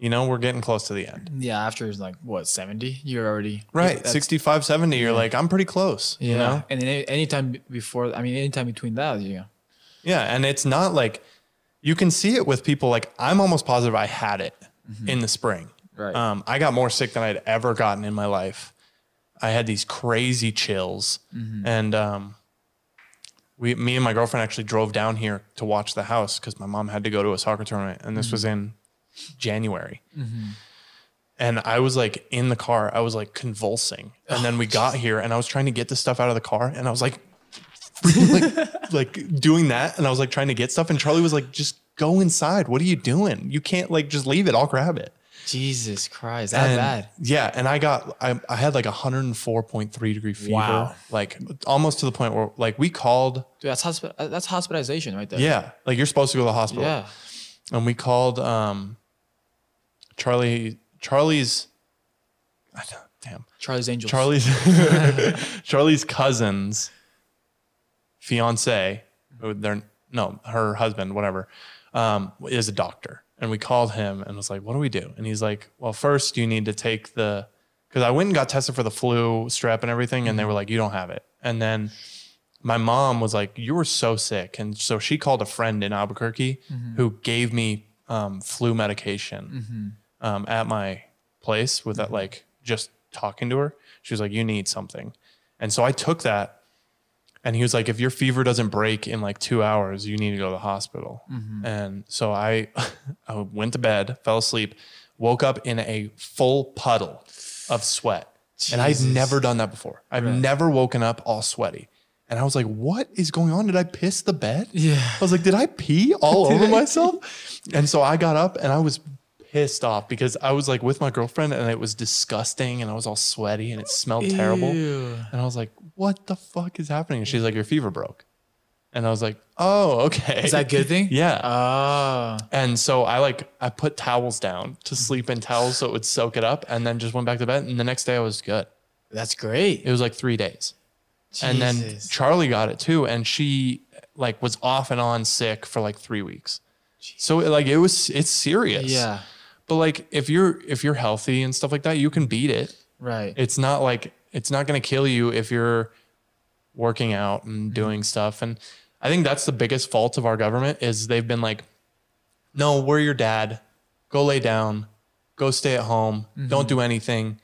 Speaker 2: you know, we're getting close to the end.
Speaker 1: yeah, after it's like what seventy, you're already
Speaker 2: Right.
Speaker 1: That's-
Speaker 2: 65, 70, you're like, I'm pretty close.
Speaker 1: yeah,
Speaker 2: You know?
Speaker 1: and then any- anytime be- before, I mean, anytime between that, yeah,
Speaker 2: Yeah. And it's not like you can see it with people like I'm almost positive I had it
Speaker 1: Mm-hmm.
Speaker 2: in the spring.
Speaker 1: Right.
Speaker 2: Um, I got more sick than I'd ever gotten in my life. I had these crazy chills. And um, we me and my girlfriend actually drove down here to watch the house because my mom had to go to a soccer tournament and this was in January. And I was like in the car, I was like convulsing. And then we got here and I was trying to get the stuff out of the car and I was like like, like doing that and I was like trying to get stuff and Charlie was like just go inside. What are you doing? You can't like just leave it. I'll grab it.
Speaker 1: Jesus Christ, that
Speaker 2: and,
Speaker 1: bad.
Speaker 2: Yeah, and I got I, I had like 104.3 degree fever.
Speaker 1: Wow.
Speaker 2: Like almost to the point where like we called
Speaker 1: Dude, that's hospi- uh, that's hospitalization right there.
Speaker 2: yeah, like you're supposed to go to the hospital.
Speaker 1: Yeah.
Speaker 2: and we called um Charlie Charlie's I don't- damn
Speaker 1: Charlie's Angels.
Speaker 2: Charlie's Charlie's [LAUGHS] cousin's fiance who their no her husband whatever um is a doctor and we called him and was like what do we do and he's like well first you need to take the because I went and got tested for the flu strep and everything and they were like you don't have it and then my mom was like, "You were so sick," and so she called a friend in Albuquerque who gave me um, flu medication um, at my place. With that, like just talking to her, she was like, "You need something," and so I took that. And he was like, "If your fever doesn't break in like two hours, you need to go to the hospital."
Speaker 1: Mm-hmm.
Speaker 2: And so I, [LAUGHS] I went to bed, fell asleep, woke up in a full puddle of sweat, and I've
Speaker 1: Jesus.
Speaker 2: never done that before. I've never woken up all sweaty. And I was like, what is going on? Did I piss the bed?
Speaker 1: Yeah.
Speaker 2: I was like, did I pee all
Speaker 1: [LAUGHS]
Speaker 2: over myself? And so I got up and I was pissed off because I was like with my girlfriend and it was disgusting and I was all sweaty and it smelled terrible.
Speaker 1: Ew.
Speaker 2: And I was like, what the fuck is happening? And she's like, your fever broke. And I was like, oh, okay.
Speaker 1: Is that a good thing?
Speaker 2: [LAUGHS] Yeah.
Speaker 1: Oh.
Speaker 2: And so I like I put towels down to sleep in towels so it would soak it up and then just went back to bed. And the next day I was good.
Speaker 1: That's great.
Speaker 2: It was like three days. And then
Speaker 1: Jesus.
Speaker 2: Charlie got it too, and she like was off and on sick for like three weeks. So like it was it's serious.
Speaker 1: Yeah.
Speaker 2: But like if you're if you're healthy and stuff like that, you can beat it.
Speaker 1: Right.
Speaker 2: It's not like it's not gonna kill you if you're working out and doing stuff. And I think that's the biggest fault of our government is they've been like, no, we're your dad. Go lay down. Go stay at home. Don't do anything.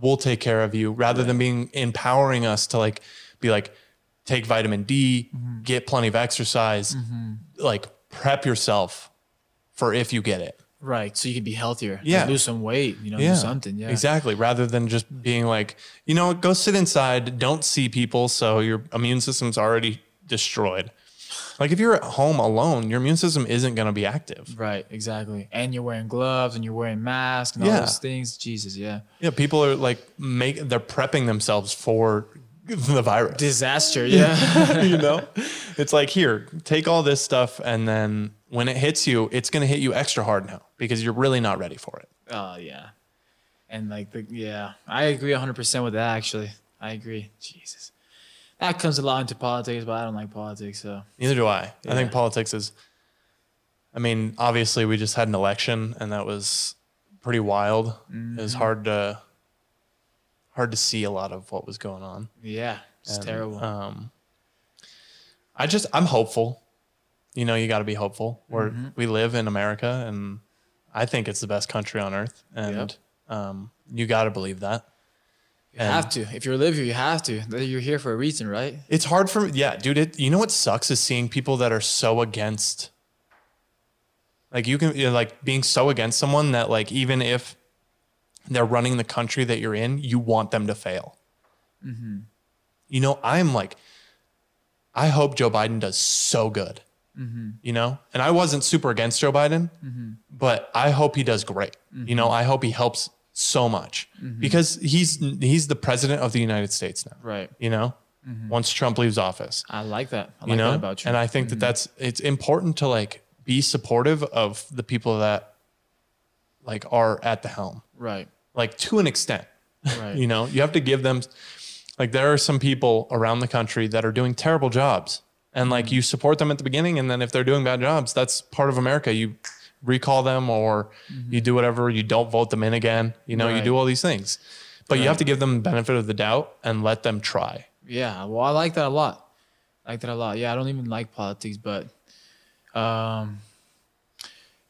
Speaker 2: We'll take care of you rather than being empowering us to like be like, take vitamin D, get plenty of exercise, like prep yourself for if you get it.
Speaker 1: Right. So you could be healthier. Like,
Speaker 2: Yeah.
Speaker 1: lose some weight, you know, do something. Yeah.
Speaker 2: Exactly. Rather than just being like, you know, go sit inside, don't see people. So your immune system's already destroyed. Like if you're at home alone, your immune system isn't going to be active.
Speaker 1: Right. Exactly. And you're wearing gloves and you're wearing masks and all
Speaker 2: Yeah.
Speaker 1: those things. Jesus. Yeah.
Speaker 2: Yeah. People are like, make, they're prepping themselves for the virus.
Speaker 1: Disaster. Yeah.
Speaker 2: [LAUGHS] you know, it's like, here, take all this stuff. And then when it hits you, it's going to hit you extra hard now because you're really not ready for it.
Speaker 1: Oh, yeah. And like, the, yeah, I agree 100% with that, actually. I agree. Jesus. That comes a lot into politics, but I don't like politics. So,
Speaker 2: Neither do I. I
Speaker 1: Yeah.
Speaker 2: think politics is. I mean, obviously, we just had an election, and that was pretty wild. It
Speaker 1: Mm-hmm.
Speaker 2: was hard to hard to see a lot of what was going on.
Speaker 1: yeah, it's
Speaker 2: And,
Speaker 1: terrible.
Speaker 2: Um, I just I'm hopeful. You know, you got to be hopeful. We're
Speaker 1: Mm-hmm.
Speaker 2: we live in America, and I think it's the best country on earth, and um, you got to believe that.
Speaker 1: you have to. If you live here, you have to. You're here for a reason, right?
Speaker 2: It's hard for yeah, dude. It, you know what sucks is seeing people that are so against. Like you can you know, like being so against someone that like even if they're running the country that you're in, you want them to fail. You know, I'm like, I hope Joe Biden does so good. You know, and I wasn't super against Joe Biden, but I hope he does great. You know, I hope he helps so much because he's he's the president of the United States now
Speaker 1: Right.
Speaker 2: you know, once Trump leaves office,
Speaker 1: I like that. Mm-hmm. I like
Speaker 2: you know,
Speaker 1: that about you. Mm-hmm.
Speaker 2: and I think that that's, it's important to like be supportive of the people that like are at the helm,
Speaker 1: right.
Speaker 2: like to an extent,
Speaker 1: Right.
Speaker 2: [LAUGHS] you know, you have to give them, like there are some people around the country that are doing terrible jobs and like
Speaker 1: Mm-hmm.
Speaker 2: you support them at the beginning. And then if they're doing bad jobs, that's part of America. You recall them or you do whatever, you don't vote them in again, you know, you
Speaker 1: Mm-hmm. Right.
Speaker 2: do all these things, but you have to give them the benefit of the doubt and let them try.
Speaker 1: Yeah, well, I like that a lot. I like that a lot. Yeah, I don't even like politics, but um,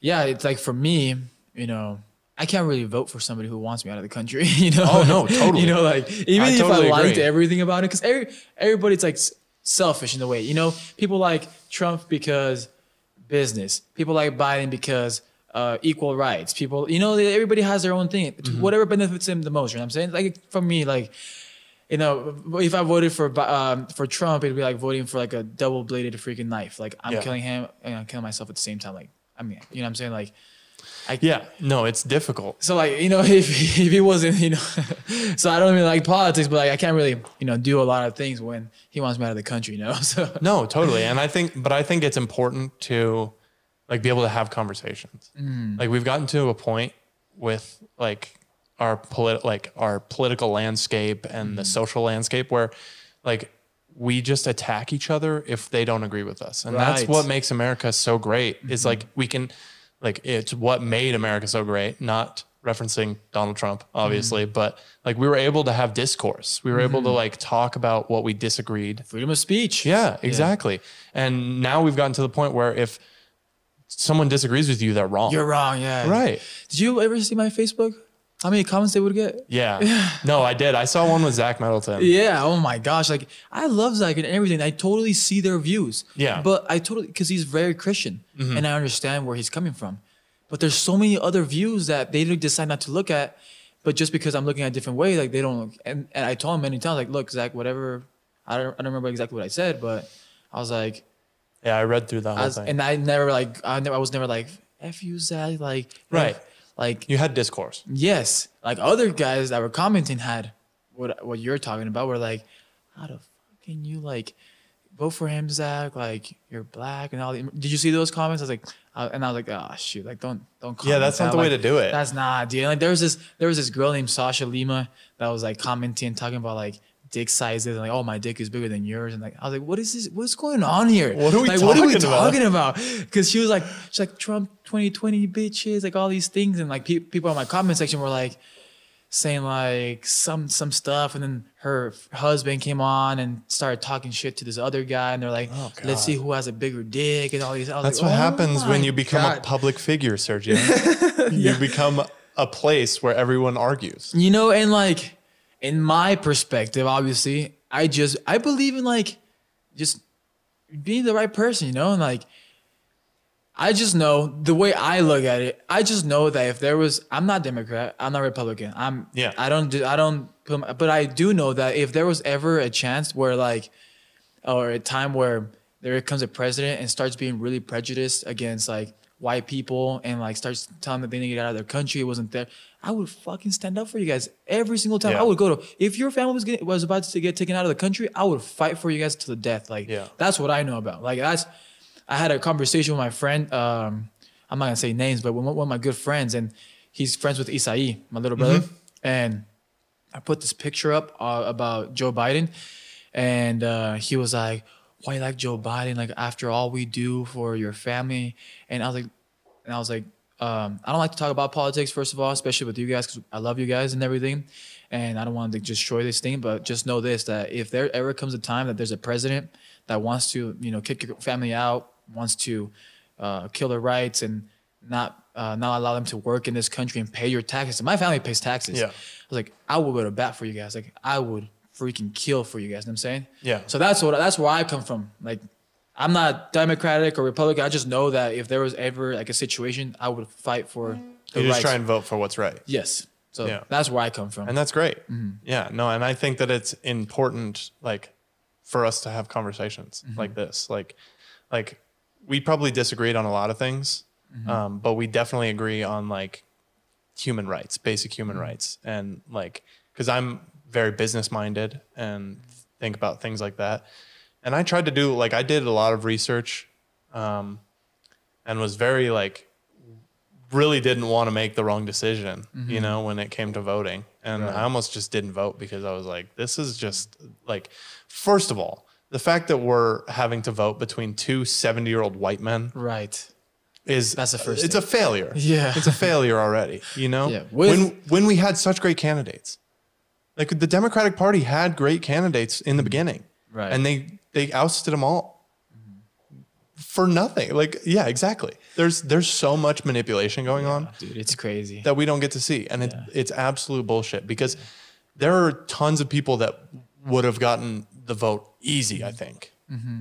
Speaker 1: yeah, it's like for me, you know, I can't really vote for somebody who wants me out of the country. [LAUGHS] You know?
Speaker 2: Oh, no, totally.
Speaker 1: you know, like even
Speaker 2: I
Speaker 1: if
Speaker 2: totally
Speaker 1: I liked
Speaker 2: agree.
Speaker 1: everything about it, because every, everybody's like s- selfish in a way. You know, people like Trump because business. People like Biden because uh, equal rights. People, you know, everybody has their own thing.
Speaker 2: Mm-hmm.
Speaker 1: Whatever benefits them the most. You know what I'm saying? Like for me, like you know, if I voted for Bi- um, for Trump, it'd be like voting for like a double bladed freaking knife. Like I'm
Speaker 2: Yeah.
Speaker 1: killing him and I'm killing myself at the same time. Like I mean, you know what I'm saying? Like, I
Speaker 2: Yeah, no, it's difficult.
Speaker 1: So like you know, [LAUGHS] if if he wasn't, you know, [LAUGHS] so I don't even like politics, but like I can't really you know do a lot of things when he wants me out of the country. You know, [LAUGHS] so
Speaker 2: [LAUGHS] No, totally. And I think, but I think it's important to like be able to have conversations. Like we've gotten to a point with like our polit like our political landscape and the social landscape where like we just attack each other if they don't agree with us. And that's
Speaker 1: Right.
Speaker 2: what makes America so great. Is like we can like it's what made America so great, not referencing Donald Trump, obviously, but like we were able to have discourse. We were able to like talk about what we disagreed
Speaker 1: freedom of speech.
Speaker 2: yeah, exactly. And now we've gotten to the point where if someone disagrees with you, they're wrong.
Speaker 1: you're wrong. Yeah,
Speaker 2: right.
Speaker 1: Did you ever see my Facebook? How many comments they would get?
Speaker 2: Yeah.
Speaker 1: [LAUGHS]
Speaker 2: No, I did. I saw one with Zach Middleton.
Speaker 1: Yeah. Oh my gosh. Like I love Zach and everything. I totally see their views.
Speaker 2: Yeah. Mm-hmm.
Speaker 1: But I totally because he's very Christian and I understand where he's coming from. But there's so many other views that they decide not to look at. But just because I'm looking at a different way, like they don't. And, and I told him many times, like, look, Zach, whatever. I don't, I don't remember exactly what I said, but I was like,
Speaker 2: Yeah, I read through that whole
Speaker 1: I was,
Speaker 2: thing.
Speaker 1: and I never like, I never, I was never like, f you, Zach, like,
Speaker 2: Right.
Speaker 1: like
Speaker 2: you had
Speaker 1: Oh
Speaker 2: discourse.
Speaker 1: Yes, like other guys that were commenting had what what you're talking about were like, how the fuck can you like vote for him, Zach? Like you're black and all. The, did you see those comments? I was like, uh, and I was like, oh shoot, like don't don't. Comment
Speaker 2: Yeah, that's not
Speaker 1: that.
Speaker 2: the way
Speaker 1: Like,
Speaker 2: to do it.
Speaker 1: That's not, dude. Like there was this there was this girl named Sasha Lima that was like commenting, talking about like dick sizes and like, oh my dick is bigger than yours, and like I was like, what is this? What's going on here?
Speaker 2: What are we
Speaker 1: like, What are we
Speaker 2: talking about?
Speaker 1: talking talking about [LAUGHS] because she was like she's like Trump 2020 bitches like all these things and like pe- people in my comment section were like saying like some some stuff, and then her f- husband came on and started talking shit to this other guy, and they're like,
Speaker 2: Oh, God.
Speaker 1: "Let's see who has a bigger dick," and all these. I was
Speaker 2: That's
Speaker 1: like,
Speaker 2: what
Speaker 1: "Oh
Speaker 2: happens when
Speaker 1: my
Speaker 2: you become a
Speaker 1: God."
Speaker 2: public figure,
Speaker 1: [LAUGHS]
Speaker 2: Sergio. You become a place where everyone argues.
Speaker 1: You know, and like in my perspective, obviously, I just I believe in like just being the right person, you know, and like I just know the way I look at it. I just know that if there was, I'm not Democrat, I'm not Republican. I'm
Speaker 2: Yeah.
Speaker 1: I don't do, I don't put, my- but I do know that if there was ever a chance where like, or a time where there comes a president and starts being really prejudiced against like white people and like starts telling them they need to get out of their country, it wasn't there. I would fucking stand up for you guys every single time.
Speaker 2: Yeah.
Speaker 1: I would go to if your family was getting, was about to get taken out of the country, I would fight for you guys to the death. Like
Speaker 2: Yeah.
Speaker 1: that's what I know about. Like that's, I had a conversation with my friend. Um, I'm not gonna say names, but one one of my good friends, and he's friends with Isai, my little brother.
Speaker 2: Mm-hmm.
Speaker 1: And I put this picture up uh, about Joe Biden, and uh, he was like, "Why you like Joe Biden? Like after all we do for your family?" And I was like, and I was like, um, I don't like to talk about politics, first of all, especially with you guys, because I love you guys and everything. And I don't want to destroy this thing, but just know this that if there ever comes a time that there's a president that wants to, you know, kick your family out, wants to uh, kill their rights and not uh, not allow them to work in this country and pay your taxes. My family pays taxes.
Speaker 2: Yeah.
Speaker 1: I was like, I would go to bat for you guys. Like, I would freaking kill for you guys. You know what I'm saying?
Speaker 2: Yeah.
Speaker 1: So that's what that's where I come from. Like, I'm not Democratic or Republican. I just know that if there was ever like a situation, I would fight for the
Speaker 2: You just
Speaker 1: rights.
Speaker 2: try and vote for what's right.
Speaker 1: yes. So
Speaker 2: Yeah.
Speaker 1: that's where I come from.
Speaker 2: And that's great. Yeah. No, and I think that it's important like for us to have conversations like this. Like like we probably disagreed on a lot of things, um, but we definitely agree on like human rights, basic human rights. And like because I'm very business minded and think about things like that. And I tried to do like I did a lot of research um, and was very like really didn't want to make the wrong decision,
Speaker 1: Mm-hmm.
Speaker 2: you know, when it came to voting. And I almost just didn't vote because I was like, this is just like, first of all, the fact that we're having to vote between two 70 year old white men
Speaker 1: right.
Speaker 2: is
Speaker 1: That's the first
Speaker 2: It's a failure.
Speaker 1: Yeah.
Speaker 2: [LAUGHS] It's a failure already, you know?
Speaker 1: Yeah, with-
Speaker 2: when, when we had such great candidates, like the Democratic Party had great candidates in the beginning.
Speaker 1: Mm-hmm. Right. Mm-hmm.
Speaker 2: And they, they ousted them all for nothing. Like, yeah, exactly. There's, there's so much manipulation going on
Speaker 1: Dude, it's crazy.
Speaker 2: that we don't get to see. And it, it's absolute bullshit because there are tons of people that would have gotten the vote easy, I think,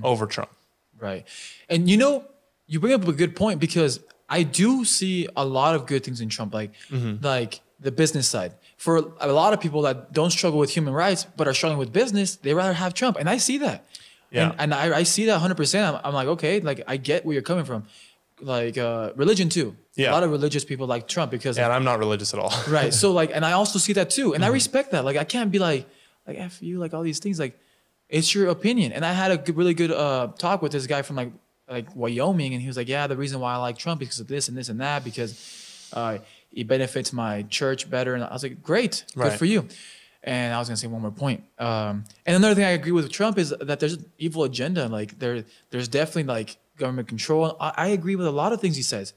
Speaker 2: over Trump.
Speaker 1: Right. And you know, you bring up a good point because I do see a lot of good things in Trump, like
Speaker 2: Mm-hmm.
Speaker 1: like the business side. For a lot of people that don't struggle with human rights but are struggling with business, they rather have Trump. And I see that.
Speaker 2: Yeah.
Speaker 1: And, and I, I see that 100%. I'm, I'm like, okay, like I get where you're coming from. Like uh, religion too.
Speaker 2: Yeah.
Speaker 1: A lot of religious people like Trump because
Speaker 2: And I'm not religious at all. [LAUGHS]
Speaker 1: [LAUGHS] right so like and i also see that too and i respect that like i can't be like like f you like all these things like it's your opinion and i had a good, really good uh talk with this guy from like like wyoming and he was like yeah the reason why i like trump is because of this and this and that because uh it benefits my church better and i was like great good
Speaker 2: Right.
Speaker 1: for you and i was gonna say one more point um and another thing i agree with trump is that there's an evil agenda like there there's definitely like government control i, I agree with a lot of things he says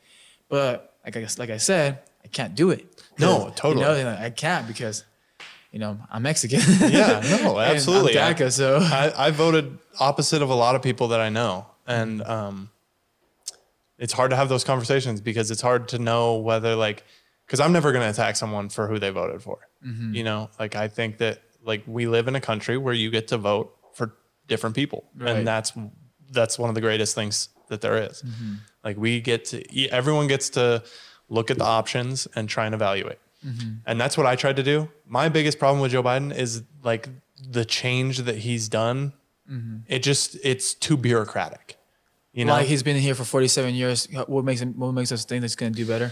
Speaker 1: but like I, like I said, I can't do it.
Speaker 2: No,
Speaker 1: You know,
Speaker 2: totally.
Speaker 1: I can't because, you know, I'm Mexican.
Speaker 2: Yeah, no,
Speaker 1: [LAUGHS] And
Speaker 2: absolutely.
Speaker 1: I'm DACA, so
Speaker 2: [LAUGHS] I, I voted opposite of a lot of people that I know. And um, it's hard to have those conversations because it's hard to know whether, like, because I'm never going to attack someone for who they voted for. You know, like, I think that, like, we live in a country where you get to vote for different people.
Speaker 1: Right.
Speaker 2: And that's, that's one of the greatest things that there is. Like, we get to, e, everyone gets to look at the options and try and evaluate. And that's what I tried to do. My biggest problem with Joe Biden is like the change that he's done. It just it's too bureaucratic. You know?
Speaker 1: like he's been here for 47 years. What makes him? What makes us think that's gonna do better?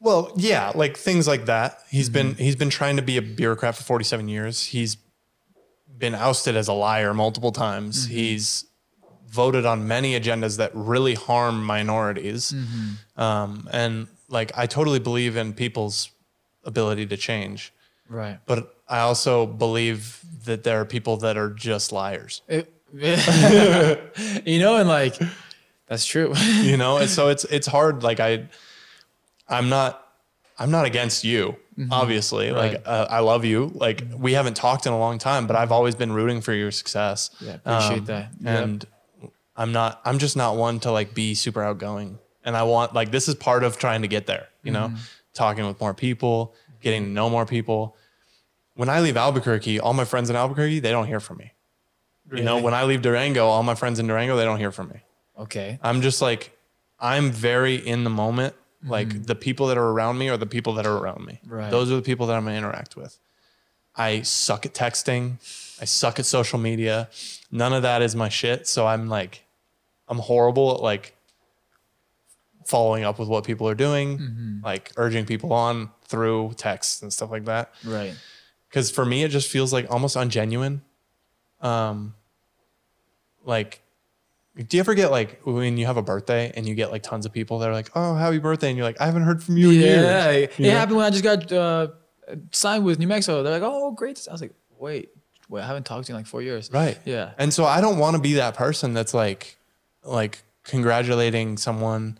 Speaker 2: well, yeah, like things like that. He's been he's been trying to be a bureaucrat for 47 years. He's been ousted as a liar multiple times. He's voted on many agendas that really harm minorities. Um, and like I totally believe in people's ability to change.
Speaker 1: [LAUGHS] Right.
Speaker 2: but I also believe that there are people that are just liars,
Speaker 1: you know, and like that's true. [LAUGHS]
Speaker 2: you know? and so it's, it's hard. Like I, I'm not I'm not against you, obviously.
Speaker 1: Mm-hmm. Right.
Speaker 2: Like, uh, I love you. Like, we haven't talked in a long time, but I've always been rooting for your success. Um,
Speaker 1: Yeah, appreciate that. Yep.
Speaker 2: And I'm not, I'm just not one to like be super outgoing. And I want, like, this is part of trying to get there, you know,
Speaker 1: Mm-hmm.
Speaker 2: talking with more people, getting to know more people. When I leave Albuquerque, all my friends in Albuquerque, they don't hear from me. You know,
Speaker 1: Really?
Speaker 2: when I leave Durango, all my friends in Durango, they don't hear from me.
Speaker 1: Okay.
Speaker 2: I'm just like, I'm very in the moment. Like the people that are around me are the people that are around me.
Speaker 1: Right.
Speaker 2: Those are the people that I'm gonna interact with. I suck at texting. I suck at social media. None of that is my shit. So I'm like, I'm horrible at like following up with what people are doing, like urging people on through texts and stuff like that
Speaker 1: Right.
Speaker 2: because for me it just feels like almost ungenuine. Um, like, do you ever get like when you have a birthday and you get like tons of people that are like, "Oh, happy birthday," and you're like, "I haven't heard from you in years."
Speaker 1: Yeah. It
Speaker 2: You know?
Speaker 1: happened when I just got uh, signed with New Mexico. They're like, oh, great. I was like, wait, wait, I haven't talked to you in like four years.
Speaker 2: Right.
Speaker 1: Yeah.
Speaker 2: And so I don't want to be that person that's like, like congratulating someone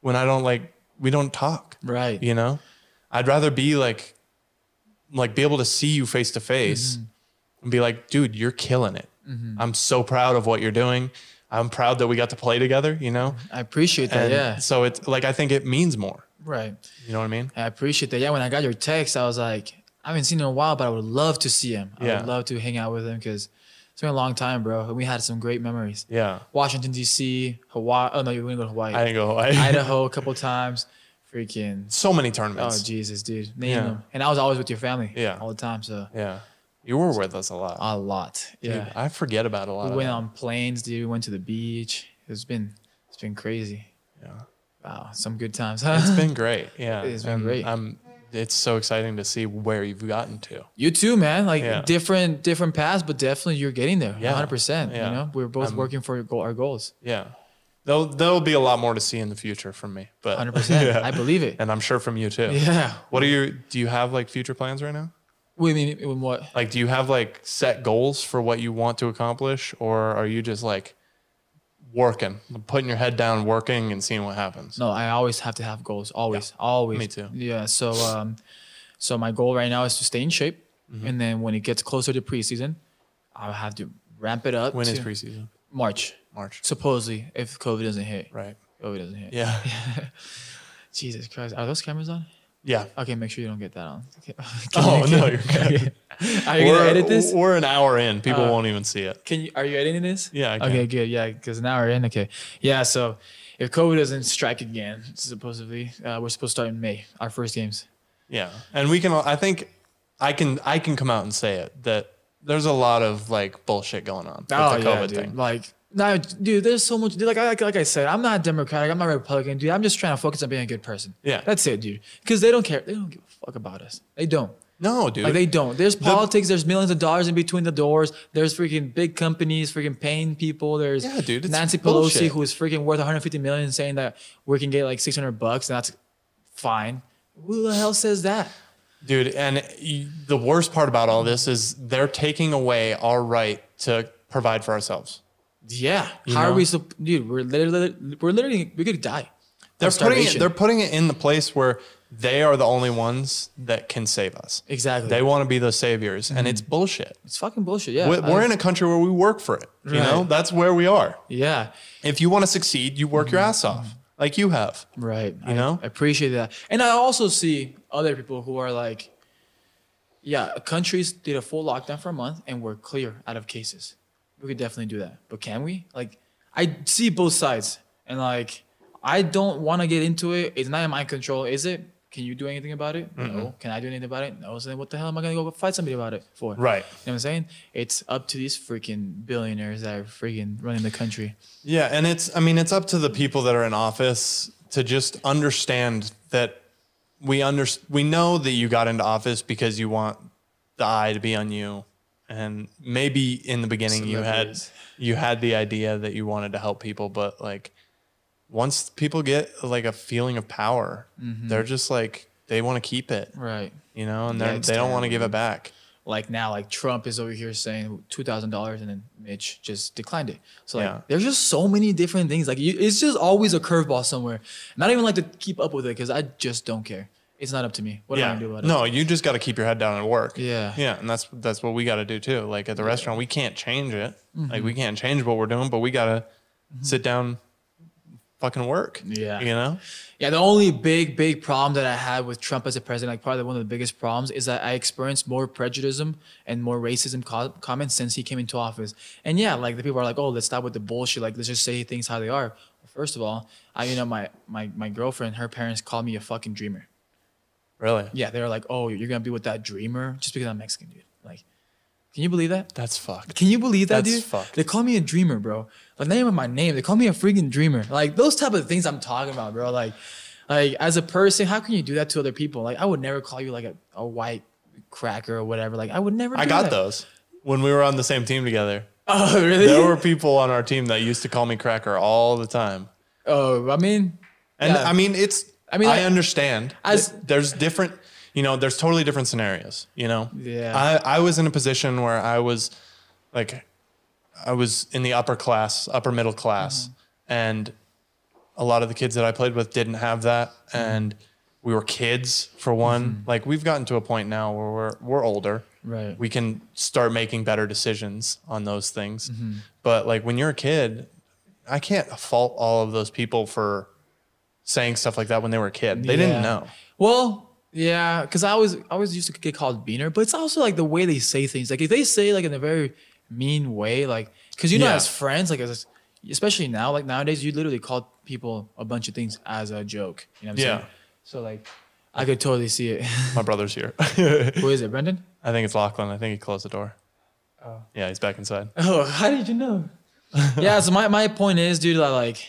Speaker 2: when I don't like we don't talk.
Speaker 1: Right.
Speaker 2: You know, I'd rather be like, like be able to see you face to face
Speaker 1: Mm-hmm.
Speaker 2: and be like, dude, you're killing it. I'm so proud of what you're doing. I'm proud that we got to play together. You know,
Speaker 1: I appreciate that.
Speaker 2: and
Speaker 1: Mm-hmm. yeah.
Speaker 2: so it's like I think it means more.
Speaker 1: Right.
Speaker 2: You know what I mean?
Speaker 1: I appreciate that. Yeah, when I got your text, I was like, I haven't seen him in a while, but I would love to see him. I
Speaker 2: Yeah.
Speaker 1: would love to hang out with him because it's been a long time, bro. And we had some great memories.
Speaker 2: Yeah.
Speaker 1: Washington, D.C., Hawaii. Oh, no, you wouldn't go to Hawaii.
Speaker 2: I [LAUGHS] didn't go. I,
Speaker 1: Idaho a couple times. Freaking.
Speaker 2: so many
Speaker 1: Oh,
Speaker 2: tournaments.
Speaker 1: Jesus, dude. Name
Speaker 2: Yeah.
Speaker 1: them. And I was always with your family.
Speaker 2: Yeah.
Speaker 1: All the time. So
Speaker 2: yeah. You were with us a lot.
Speaker 1: a lot.
Speaker 2: Dude,
Speaker 1: Oh, Yeah.
Speaker 2: I forget about a lot.
Speaker 1: we
Speaker 2: of
Speaker 1: went
Speaker 2: that.
Speaker 1: on planes, dude. We went to the beach. It's been, it's been crazy.
Speaker 2: Yeah.
Speaker 1: Wow. Some good times, huh?
Speaker 2: It's been great. Yeah.
Speaker 1: It's been
Speaker 2: And
Speaker 1: great.
Speaker 2: I'm, it's so exciting to see where you've gotten to.
Speaker 1: You too, man. Like
Speaker 2: Yeah.
Speaker 1: different different paths, but definitely you're getting there.
Speaker 2: Yeah.
Speaker 1: 100%.
Speaker 2: Yeah.
Speaker 1: You know, we're both working for your goal, our goals.
Speaker 2: Yeah. There'll, there'll be a lot more to see in the future from me, but
Speaker 1: 100%.
Speaker 2: [LAUGHS] Yeah.
Speaker 1: I believe it.
Speaker 2: and I'm sure from you too.
Speaker 1: Yeah.
Speaker 2: What are your, do you have like future plans right now?
Speaker 1: What do you mean? in What?
Speaker 2: Like, do you have like set goals for what you want to accomplish or are you just like working, putting your head down, working and seeing what happens?
Speaker 1: No, I always have to have goals. Always, always.
Speaker 2: Me too.
Speaker 1: Yeah. So, um, so my goal right now is to stay in shape,
Speaker 2: Mm-hmm.
Speaker 1: and then when it gets closer to preseason, I'll have to ramp it up.
Speaker 2: When
Speaker 1: to
Speaker 2: is preseason?
Speaker 1: March?
Speaker 2: March.
Speaker 1: Supposedly, if COVID doesn't hit,
Speaker 2: Right.
Speaker 1: COVID doesn't hit.
Speaker 2: Yeah.
Speaker 1: [LAUGHS] Jesus Christ, are those cameras on?
Speaker 2: Yeah.
Speaker 1: Okay, make sure you don't get that on. [LAUGHS] Okay.
Speaker 2: Oh, no, you're good.
Speaker 1: [LAUGHS] Are you gonna
Speaker 2: We're-
Speaker 1: edit this? Uh,
Speaker 2: We're an hour in. People won't even see it.
Speaker 1: Can you? Are you editing this?
Speaker 2: Yeah, I can.
Speaker 1: Okay, good. Yeah, because now we're in. Okay. Yeah. So, if COVID doesn't strike again, supposedly, uh, we're supposed to start in May. Our first games.
Speaker 2: Yeah, and we can. all- I think I can. I can come out and say it that there's a lot of like bullshit going on with the COVID
Speaker 1: Oh, dude.
Speaker 2: thing.
Speaker 1: Like, nah, dude, there's so much. Dude, like, I, like, like I said, I'm not Democratic. I'm not Republican, dude. I'm just trying to focus on being a good person.
Speaker 2: Yeah.
Speaker 1: That's it, dude. Because they don't care. They don't give a fuck about us. They don't.
Speaker 2: No, dude.
Speaker 1: Like, they don't. There's politics. There's millions of dollars in between the doors. There's freaking big companies freaking paying people. There's
Speaker 2: Yeah, dude, it's
Speaker 1: Nancy Pelosi
Speaker 2: bullshit.
Speaker 1: who is freaking worth 150 million saying that we can get like 600 bucks and that's fine. Who the hell says that?
Speaker 2: dude, and y- the worst part about all this is they're taking away our right to provide for ourselves.
Speaker 1: Yeah. How are
Speaker 2: know?
Speaker 1: we? sup- Dude, we're literally, we're literally, we could die.
Speaker 2: They're
Speaker 1: Of
Speaker 2: putting it,
Speaker 1: starvation.
Speaker 2: they're putting it in the place where they are the only ones that can save us.
Speaker 1: Exactly.
Speaker 2: They want to be the saviors, and it's bullshit.
Speaker 1: It's fucking bullshit. Yeah.
Speaker 2: We-
Speaker 1: I-
Speaker 2: We're in a country where we work for it. You know,
Speaker 1: Right.
Speaker 2: that's where we are.
Speaker 1: Yeah.
Speaker 2: If you want to succeed, you work your ass off, like you have.
Speaker 1: Right. You I,
Speaker 2: know?
Speaker 1: I appreciate that. And I also see other people who are like, yeah, countries did a full lockdown for a month and we're clear out of cases. We could definitely do that. But can we? Like, I see both sides. And like, I don't want to get into it. It's not in my control, is it? Can you do anything about it? No. Can I do anything about it? No. So then what the hell am I going to go fight somebody about it for?
Speaker 2: Right.
Speaker 1: You know what I'm saying? It's up to these freaking billionaires that are freaking running the country.
Speaker 2: Yeah, and it's I mean it's up to the people that are in office to just understand that we under we know that you got into office because you want the eye to be on you and maybe in the beginning you had
Speaker 1: Celebrities.
Speaker 2: you had the idea that you wanted to help people but like once people get like a feeling of power they're just like they want to keep it
Speaker 1: Right.
Speaker 2: you know and
Speaker 1: Yeah,
Speaker 2: they're
Speaker 1: it's
Speaker 2: they don't want to
Speaker 1: terrible.
Speaker 2: give it back
Speaker 1: like now like trump is over here saying $2000 and then mitch just declined it so like
Speaker 2: Yeah.
Speaker 1: there's just so many different things like you, it's just always a curveball somewhere and i don't even like to keep up with it because i just don't care it's not up to me. What am I
Speaker 2: yeah.
Speaker 1: gonna do about it?
Speaker 2: No, you just got to keep your head down and work.
Speaker 1: Yeah.
Speaker 2: Yeah, and that's that's what we got to do too. Like at the restaurant, we can't change it.
Speaker 1: Mm-hmm.
Speaker 2: Like we can't change what we're doing, but we got to sit down, fucking work.
Speaker 1: Yeah.
Speaker 2: You know.
Speaker 1: Yeah, the only big, big problem that I had with Trump as a president, like probably one of the biggest problems, is that I experienced more prejudice and more racism co- comments since he came into office. And yeah, like the people are like, oh, let's stop with the bullshit. Like, let's just say things how they are. First of all, I, you know, my, my, my girlfriend, her parents called me a fucking dreamer.
Speaker 2: Really.
Speaker 1: Yeah, they were like, oh, you're going to be with that dreamer just because I'm Mexican, dude. Like, can you believe that?
Speaker 2: That's fucked.
Speaker 1: Can you believe that,
Speaker 2: That's
Speaker 1: dude?
Speaker 2: fucked.
Speaker 1: They call me a dreamer, bro. The name of my name. They call me a freaking dreamer. Like those type of things I'm talking about, bro. Like, like as a person, how can you do that to other people? Like, I would never call you like a, a white cracker or whatever. Like, I would never.
Speaker 2: I
Speaker 1: do
Speaker 2: got
Speaker 1: that.
Speaker 2: those when we were on the same team together.
Speaker 1: Oh really?
Speaker 2: There were people on our team that used to call me cracker all the time.
Speaker 1: oh, I mean,
Speaker 2: And
Speaker 1: Yeah.
Speaker 2: I mean, it's.
Speaker 1: I
Speaker 2: I
Speaker 1: mean,
Speaker 2: mean, I
Speaker 1: like-
Speaker 2: understand.
Speaker 1: As-
Speaker 2: there's different, you know, there's totally different scenarios. You know.
Speaker 1: Yeah.
Speaker 2: I I was in a position where I was, like, I was in the upper class, upper middle
Speaker 1: Mm-hmm.
Speaker 2: class, and a lot of the kids that I played with didn't have that,
Speaker 1: Mm-hmm.
Speaker 2: and we were kids for one. Like we've gotten to a point now where we're we're older.
Speaker 1: Right.
Speaker 2: We can start making better decisions on those things.
Speaker 1: Mm-hmm.
Speaker 2: But like when you're a kid, I can't fault all of those people for saying stuff like that when they were a kid. They
Speaker 1: Yeah.
Speaker 2: didn't know.
Speaker 1: Well, yeah, because I always I always used to get called beaner, but it's also like the way they say things. Like if they say like in a very mean way, like because you know
Speaker 2: Yeah.
Speaker 1: as friends, like as, especially now, like nowadays, you literally call people a bunch of things as a joke. You know what I'm
Speaker 2: Yeah.
Speaker 1: saying? So like, I could totally see it. [LAUGHS]
Speaker 2: My brother's here. [LAUGHS]
Speaker 1: Who is it, Brendan?
Speaker 2: I think it's Lachlan. I think he closed the door. Oh. Yeah, he's back inside.
Speaker 1: [LAUGHS] Oh, how did you know? [LAUGHS] yeah, so my, my point is, dude, that like,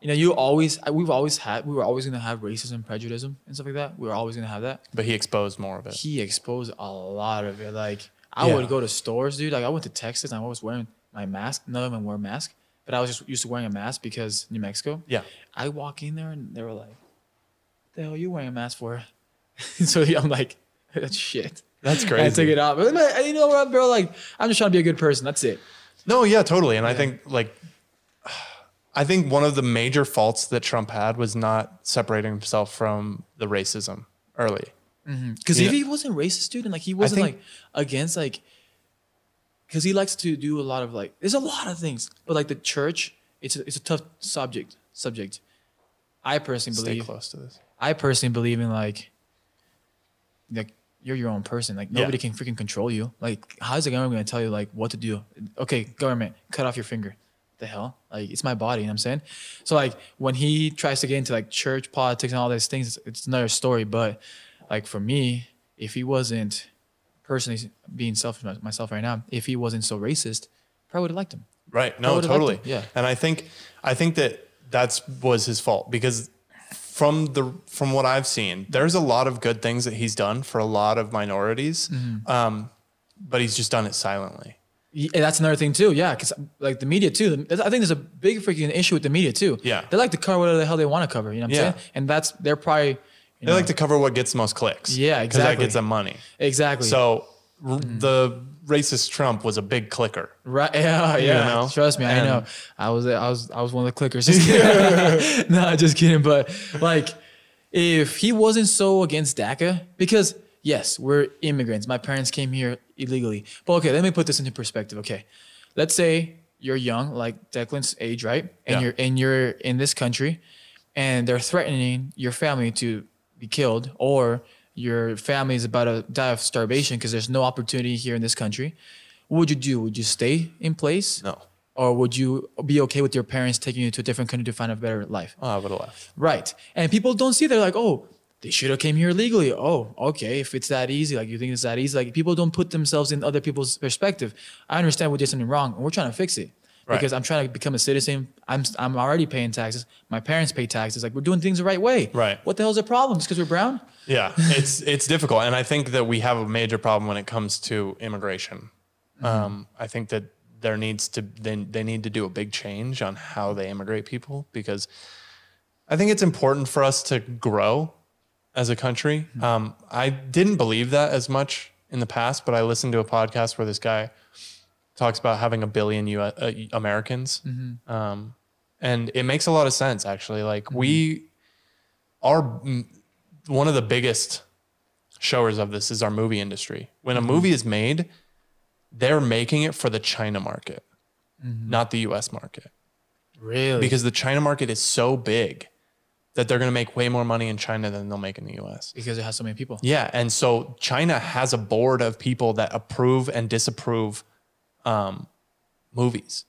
Speaker 1: you know, you always I- we've always had we were always gonna have racism, prejudice, and stuff like that. We were always gonna have that.
Speaker 2: But he exposed more of it.
Speaker 1: he exposed a lot of it. Like I
Speaker 2: Yeah.
Speaker 1: would go to stores, dude. Like I went to Texas and I was wearing my mask. None of them wore mask, but I was just used to wearing a mask because New Mexico.
Speaker 2: Yeah.
Speaker 1: I walk in there and they were like, "The hell you wearing a mask for?" [LAUGHS] so I'm like, [LAUGHS] "That's shit."
Speaker 2: That's
Speaker 1: I took it off. But but you know what, bro? Like I'm just trying to be a good person. That's it.
Speaker 2: No, yeah, totally. And I think like I think one of the major faults that Trump had was not separating himself from the racism early.
Speaker 1: Because
Speaker 2: Yeah.
Speaker 1: if he wasn't racist, dude, and like he wasn't
Speaker 2: think-
Speaker 1: like against like, because he likes to do a lot of like, there's a lot of things, but like the church, it's a, it's a tough subject. Subject. I personally
Speaker 2: Stay
Speaker 1: believe.
Speaker 2: close to this.
Speaker 1: I personally believe in like, like you're your own person. Like
Speaker 2: Yeah.
Speaker 1: nobody can freaking control you. Like how is the government gonna tell you like what to do? Okay, government, cut off your finger. The hell? Like it's my body. You know what I'm saying? So like when he tries to get into like church politics and all those things, it's, it's another story. But like for me, if he wasn't personally being selfish my- myself right now, if he wasn't so racist, probably would have liked him.
Speaker 2: Right.
Speaker 1: I
Speaker 2: No,
Speaker 1: would've liked
Speaker 2: totally.
Speaker 1: it. Yeah.
Speaker 2: And I think I think that that's was his fault because from the from what I've seen, there's a lot of good things that he's done for a lot of minorities.
Speaker 1: Mm-hmm.
Speaker 2: Um, but he's just done it silently.
Speaker 1: Yeah, that's another thing too. Yeah, because like the media too. the- I think there's a big freaking issue with the media too.
Speaker 2: Yeah.
Speaker 1: they like to cover whatever the hell they want to cover. You know what I'm
Speaker 2: Yeah.
Speaker 1: saying? And that's they're probably you
Speaker 2: They
Speaker 1: know,
Speaker 2: like to cover what gets the most clicks.
Speaker 1: Yeah,
Speaker 2: that
Speaker 1: exactly.
Speaker 2: gets them money.
Speaker 1: exactly. Mm-hmm.
Speaker 2: So r- the racist Trump was a big clicker.
Speaker 1: right? [LAUGHS] Yeah, yeah.
Speaker 2: know?
Speaker 1: Trust me, I
Speaker 2: And-
Speaker 1: know. I was I was I was one of the clickers. Just kidding. [LAUGHS]
Speaker 2: [LAUGHS]
Speaker 1: no, just kidding. But like, if he wasn't so against DACA, because yes, we're immigrants. My parents came here illegally. But okay, let me put this into perspective. Okay, let's say you're young, like Declan's age, right? And
Speaker 2: Yeah.
Speaker 1: you're and you're in this country, and they're threatening your family to be killed, or your family is about to die of starvation because there's no opportunity here in this country. What would you do? Would you stay in place?
Speaker 2: No.
Speaker 1: Or would you be okay with your parents taking you to a different country to find a better life? Uh,
Speaker 2: Oh, I would have left.
Speaker 1: Right. And people don't see they're like, oh, they should have came here legally. Oh, okay. If it's that easy, like you think it's that easy, like people don't put themselves in other people's perspective. I understand we did something wrong, and we're trying to fix it
Speaker 2: Right.
Speaker 1: because I'm trying to become a citizen. I'm I'm already paying taxes. My parents pay taxes. Like we're doing things the right way.
Speaker 2: Right.
Speaker 1: What the hell's the problem? Just because we're brown?
Speaker 2: Yeah, it's it's difficult, and I think that we have a major problem when it comes to immigration. Um, I think that there needs to they, they need to do a big change on how they immigrate people because I think it's important for us to grow as a country. Um, I didn't believe that as much in the past, but I listened to a podcast where this guy talks about having a billion U- uh, Americans, um, and it makes a lot of sense actually. Like we are one of the biggest showers of this is our movie industry. When a movie is made, they're making it for the China market, not the US market.
Speaker 1: Really?
Speaker 2: Because the China market is so big that they're going to make way more money in China than they'll make in the US.
Speaker 1: because it has so many people.
Speaker 2: Yeah, and so China has a board of people that approve and disapprove um, movies.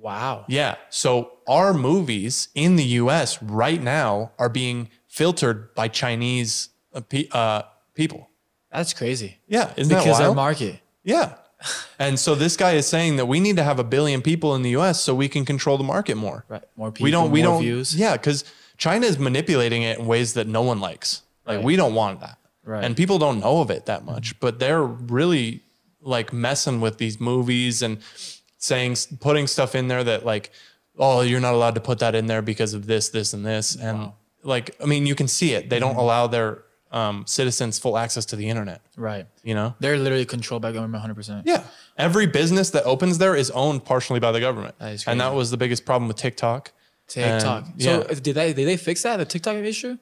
Speaker 1: Wow.
Speaker 2: Yeah, so our movies in the U.S. right now are being filtered by Chinese uh, pe- uh, people.
Speaker 1: That's crazy.
Speaker 2: Yeah, isn't
Speaker 1: Because
Speaker 2: that
Speaker 1: their
Speaker 2: wild?
Speaker 1: market.
Speaker 2: yeah, [LAUGHS] and so this guy is saying that we need to have a billion people in the U.S. so we can control the market more.
Speaker 1: Right. More people.
Speaker 2: We don't. We
Speaker 1: more
Speaker 2: don't.
Speaker 1: views.
Speaker 2: Yeah, because China is manipulating it in ways that no one likes. Like
Speaker 1: Right.
Speaker 2: we don't want that.
Speaker 1: Right.
Speaker 2: And people don't know of it that much, but they're really like messing with these movies and saying putting stuff in there that like, oh, you're not allowed to put that in there because of this, this, and this. And like, I mean, you can see it. They don't
Speaker 1: Mm-hmm.
Speaker 2: allow their um, citizens full access to the internet.
Speaker 1: Right.
Speaker 2: You know.
Speaker 1: They're literally controlled by government 100%.
Speaker 2: Yeah. Every business that opens there is owned partially by the government.
Speaker 1: That is
Speaker 2: and that
Speaker 1: crazy.
Speaker 2: was the biggest problem with TikTok.
Speaker 1: TikTok.
Speaker 2: And-
Speaker 1: so uh,
Speaker 2: yeah.
Speaker 1: did they did they fix that the TikTok issue?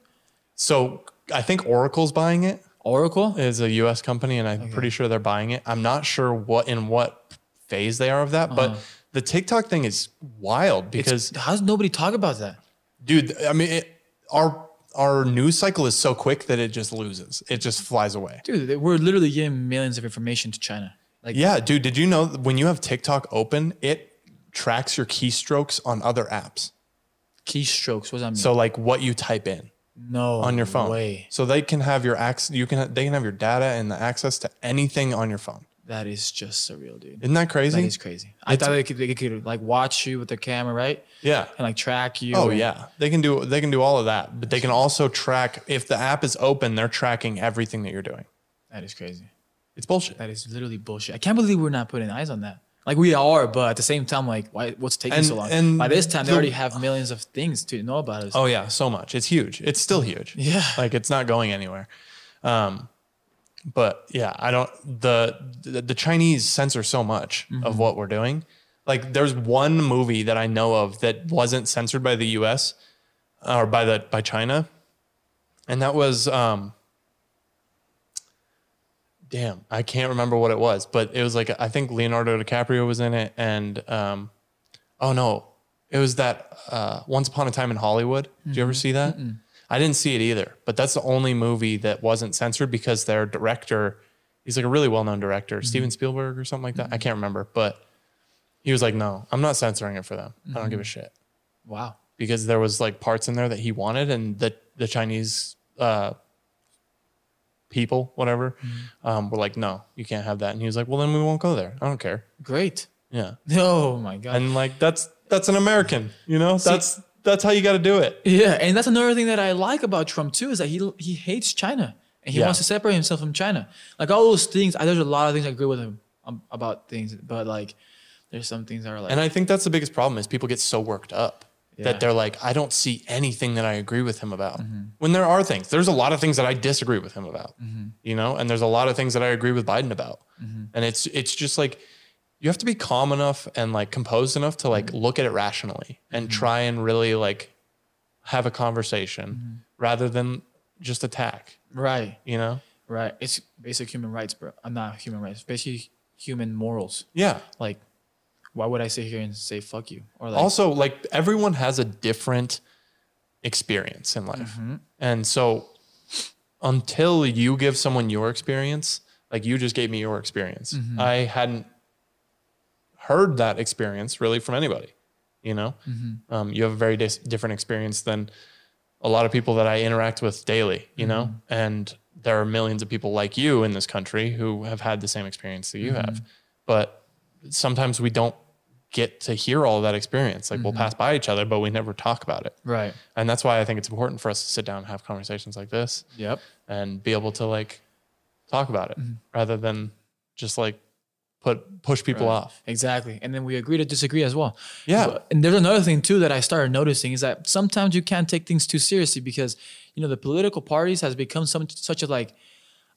Speaker 2: So I think Oracle's buying it
Speaker 1: Oracle?
Speaker 2: is a U.S. company, and I'm pretty sure they're buying it. I'm not sure what in what phase they are of that, but the TikTok thing is wild because,
Speaker 1: It's- how's nobody talk about that?
Speaker 2: dude, I mean, it, our our news cycle is so quick that it just loses. It just flies away.
Speaker 1: Dude, they- we're literally getting millions of information to China. Like
Speaker 2: Yeah, dude. Did you know that when you have TikTok open, it tracks your keystrokes on other apps?
Speaker 1: keystrokes. What does that mean?
Speaker 2: So like what you type in
Speaker 1: no
Speaker 2: on your phone.
Speaker 1: Way.
Speaker 2: So they can have your access. You can they can have your data and the access to anything on your phone.
Speaker 1: That is just surreal, dude.
Speaker 2: Isn't that crazy?
Speaker 1: That is crazy. I thought they could, they could like watch you with their camera, right?
Speaker 2: yeah.
Speaker 1: And like track you.
Speaker 2: Oh
Speaker 1: and-
Speaker 2: yeah, they can do they can do all of that, but they can also track if the app is open. They're tracking everything that you're doing.
Speaker 1: That is crazy.
Speaker 2: It's bullshit.
Speaker 1: That is literally bullshit. I can't believe we're not putting eyes on that. Like we are, but at the same time, like why? What's taking
Speaker 2: And-
Speaker 1: so long?
Speaker 2: and
Speaker 1: By this time, they
Speaker 2: the-
Speaker 1: already have millions of things to know about us.
Speaker 2: Oh yeah, so much. It's huge. It's still huge.
Speaker 1: Yeah.
Speaker 2: like it's not going anywhere. Um, but yeah, I don't the the, the Chinese censor so much of what we're doing. Like there's one movie that I know of that wasn't censored by the U.S. or by the by China, and that was um. Damn, I can't remember what it was, but it was like I think Leonardo DiCaprio was in it, and um, oh no, it was that uh, Once Upon a Time in Hollywood. Did you ever see that? I didn't see it either, but that's the only movie that wasn't censored because their director, he's like a really well-known director, Steven Spielberg or something like that. I can't remember, but he was like, "No, I'm not censoring it for them. I don't give a shit."
Speaker 1: Wow.
Speaker 2: Because there was like parts in there that he wanted, and the the Chinese uh, people, whatever, um, were like, "No, you can't have that." And he was like, "Well, then we won't go there. I don't care."
Speaker 1: Great.
Speaker 2: Yeah
Speaker 1: [LAUGHS] Oh my god.
Speaker 2: and like that's that's an American, you know. that's that's how you got to do it.
Speaker 1: yeah, and that's another thing that I like about Trump too is that he he hates China and he
Speaker 2: Yeah.
Speaker 1: wants to separate himself from China. Like all those things, I, there's a lot of things I agree with him um, about things, but like there's some things that are like
Speaker 2: And I think that's the biggest problem is people get so worked up
Speaker 1: Yeah.
Speaker 2: that they're like, I don't see anything that I agree with him about. When there are things, there's a lot of things that I disagree with him about, you know, and there's a lot of things that I agree with Biden about, and it's it's just like you have to be calm enough and like composed enough to like look at it rationally and try and really like have a conversation rather than just attack,
Speaker 1: right,
Speaker 2: you know?
Speaker 1: right. It's basic human rights, bro. I'm not human rights, basically human morals.
Speaker 2: Yeah.
Speaker 1: Like, why would I sit here and say fuck you or like
Speaker 2: also like everyone has a different experience in life
Speaker 1: Mm-hmm.
Speaker 2: and so until you give someone your experience like you just gave me your experience
Speaker 1: Mm-hmm.
Speaker 2: i hadn't heard that experience really from anybody you know
Speaker 1: Mm-hmm.
Speaker 2: um, you have a very dis- different experience than a lot of people that i interact with daily you know
Speaker 1: Mm-hmm.
Speaker 2: and there are millions of people like you in this country who have had the same experience that you
Speaker 1: Mm-hmm.
Speaker 2: have but sometimes we don't get to hear all that experience. Like we'll pass by each other, but we never talk about it.
Speaker 1: right?
Speaker 2: And that's why I think it's important for us to sit down and have conversations like this
Speaker 1: Yep.
Speaker 2: and be able to like talk about it rather than just like put push people off.
Speaker 1: Exactly. And then we agree to disagree as well.
Speaker 2: Yeah.
Speaker 1: But- And there's another thing too that I started noticing is that sometimes you can't take things too seriously because you know the political parties has become some such a like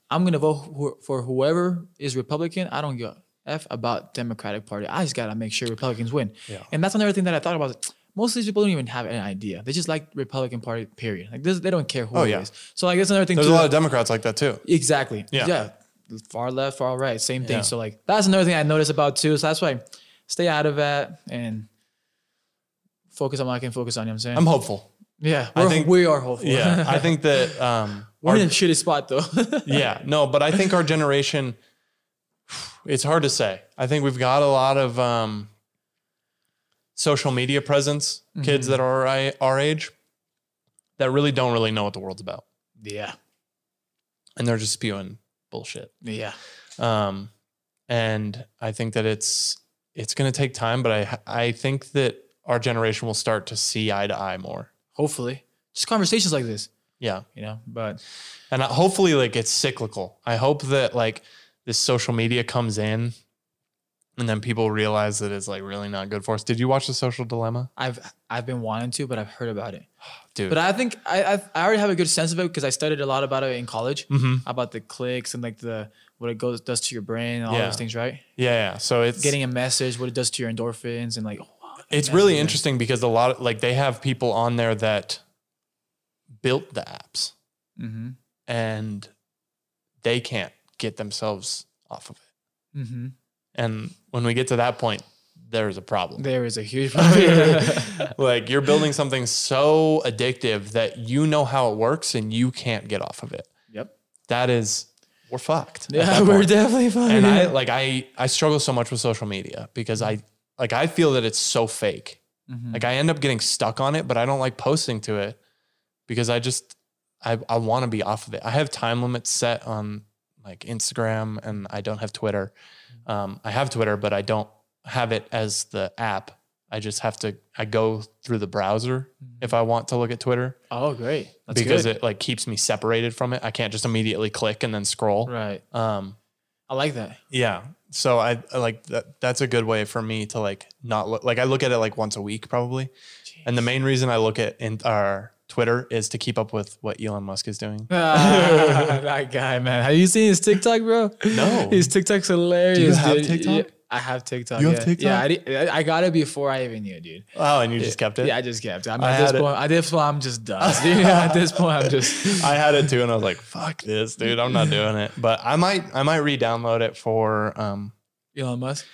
Speaker 1: I'm gonna vote who- for whoever is Republican. I don't give a f about Democratic Party. I just gotta make sure Republicans win.
Speaker 2: Yeah.
Speaker 1: And that's another thing that I thought about. most of these people don't even have an idea. They just like Republican Party. Period. Like this, they don't care who
Speaker 2: Oh,
Speaker 1: it
Speaker 2: yeah.
Speaker 1: is. So like that's another thing.
Speaker 2: There's a
Speaker 1: too.
Speaker 2: lot of Democrats like that too.
Speaker 1: Exactly.
Speaker 2: Yeah.
Speaker 1: Far left, far right, same thing.
Speaker 2: Yeah.
Speaker 1: So like that's another thing I noticed about too. So that's why stay out of that and focus on what I can focus on. You know what I'm saying?
Speaker 2: I'm hopeful.
Speaker 1: yeah,
Speaker 2: I
Speaker 1: we're,
Speaker 2: think-
Speaker 1: we are hopeful. [LAUGHS]
Speaker 2: Yeah, I think that [LAUGHS] um,
Speaker 1: we're
Speaker 2: our-
Speaker 1: in a shitty spot though. [LAUGHS]
Speaker 2: yeah, no, but I think our generation, it's hard to say. I think we've got a lot of um, social media presence, kids that are our, our age that really don't really know what the world's about.
Speaker 1: yeah,
Speaker 2: And they're just spewing bullshit.
Speaker 1: yeah,
Speaker 2: Um, and I think that it's, it's going to take time, but I, I think that our generation will start to see eye to eye more.
Speaker 1: hopefully, just conversations like this,
Speaker 2: Yeah.
Speaker 1: you know. But
Speaker 2: and I- hopefully like it's cyclical i hope that like this social media comes in and then people realize that it's like really not good for us did you watch the social dilemma
Speaker 1: I've I've been wanting to, but I've heard about it.
Speaker 2: dude
Speaker 1: But I think I I've, I already have a good sense of it because I studied a lot about it in college
Speaker 2: Mhm.
Speaker 1: about the clicks and like the what it goes does to your brain and all
Speaker 2: Yeah.
Speaker 1: those things, right?
Speaker 2: yeah, yeah so it's
Speaker 1: getting a message, what it does to your endorphins, and like oh, wow,
Speaker 2: it's
Speaker 1: that's
Speaker 2: really
Speaker 1: amazing.
Speaker 2: interesting because a lot of like they have people on there that built the apps
Speaker 1: Mm-hmm.
Speaker 2: and they can't get themselves off of it
Speaker 1: Mm-hmm.
Speaker 2: and when we get to that point there's a problem
Speaker 1: There is a
Speaker 2: [LAUGHS]
Speaker 1: [LAUGHS] huge problem.
Speaker 2: like you're building something so addictive that you know how it works and you can't get off of it.
Speaker 1: yep.
Speaker 2: That is, we're fucked. at
Speaker 1: Yeah,
Speaker 2: that
Speaker 1: we're
Speaker 2: point.
Speaker 1: definitely fine.
Speaker 2: And I like I I struggle so much with social media because I like I feel that it's so fake.
Speaker 1: Mhm.
Speaker 2: Like I end up getting stuck on it, but I don't like posting to it because I just I I want to be off of it. I have time limits set on like Instagram and I don't have Twitter. Um, I have Twitter, but I don't have it as the app. I just have to I go through the browser if I want to look at Twitter
Speaker 1: oh, great. Mm-hmm. That's
Speaker 2: because
Speaker 1: good.
Speaker 2: it like keeps me separated from it. I can't just immediately click and then scroll.
Speaker 1: right.
Speaker 2: Um,
Speaker 1: I like
Speaker 2: [LAUGHS]
Speaker 1: that.
Speaker 2: yeah. So I, I like that. That's a good way for me to like not look. Like I look at it like once a week probably. And the main reason I look at in our Twitter is to keep up with what Elon Musk is doing.
Speaker 1: Ah, that guy, man. Have you seen his TikTok, bro?
Speaker 2: No.
Speaker 1: His TikTok's hilarious.
Speaker 2: have
Speaker 1: dude.
Speaker 2: TikTok?
Speaker 1: Yeah, I have TikTok.
Speaker 2: You have
Speaker 1: yeah.
Speaker 2: TikTok?
Speaker 1: Yeah, I, did, I got it before I even knew, dude.
Speaker 2: Oh, and you just kept it.
Speaker 1: Yeah, I just kept. it. I mean,
Speaker 2: I
Speaker 1: at this
Speaker 2: had it.
Speaker 1: point, at this point, I'm just dust.
Speaker 2: [LAUGHS]
Speaker 1: dude. [LAUGHS] at this point, I'm just.
Speaker 2: I had it too, and I was like, "Fuck this, dude! I'm not doing it." But I might, I might re-download it for um, [LAUGHS]
Speaker 1: Elon Musk.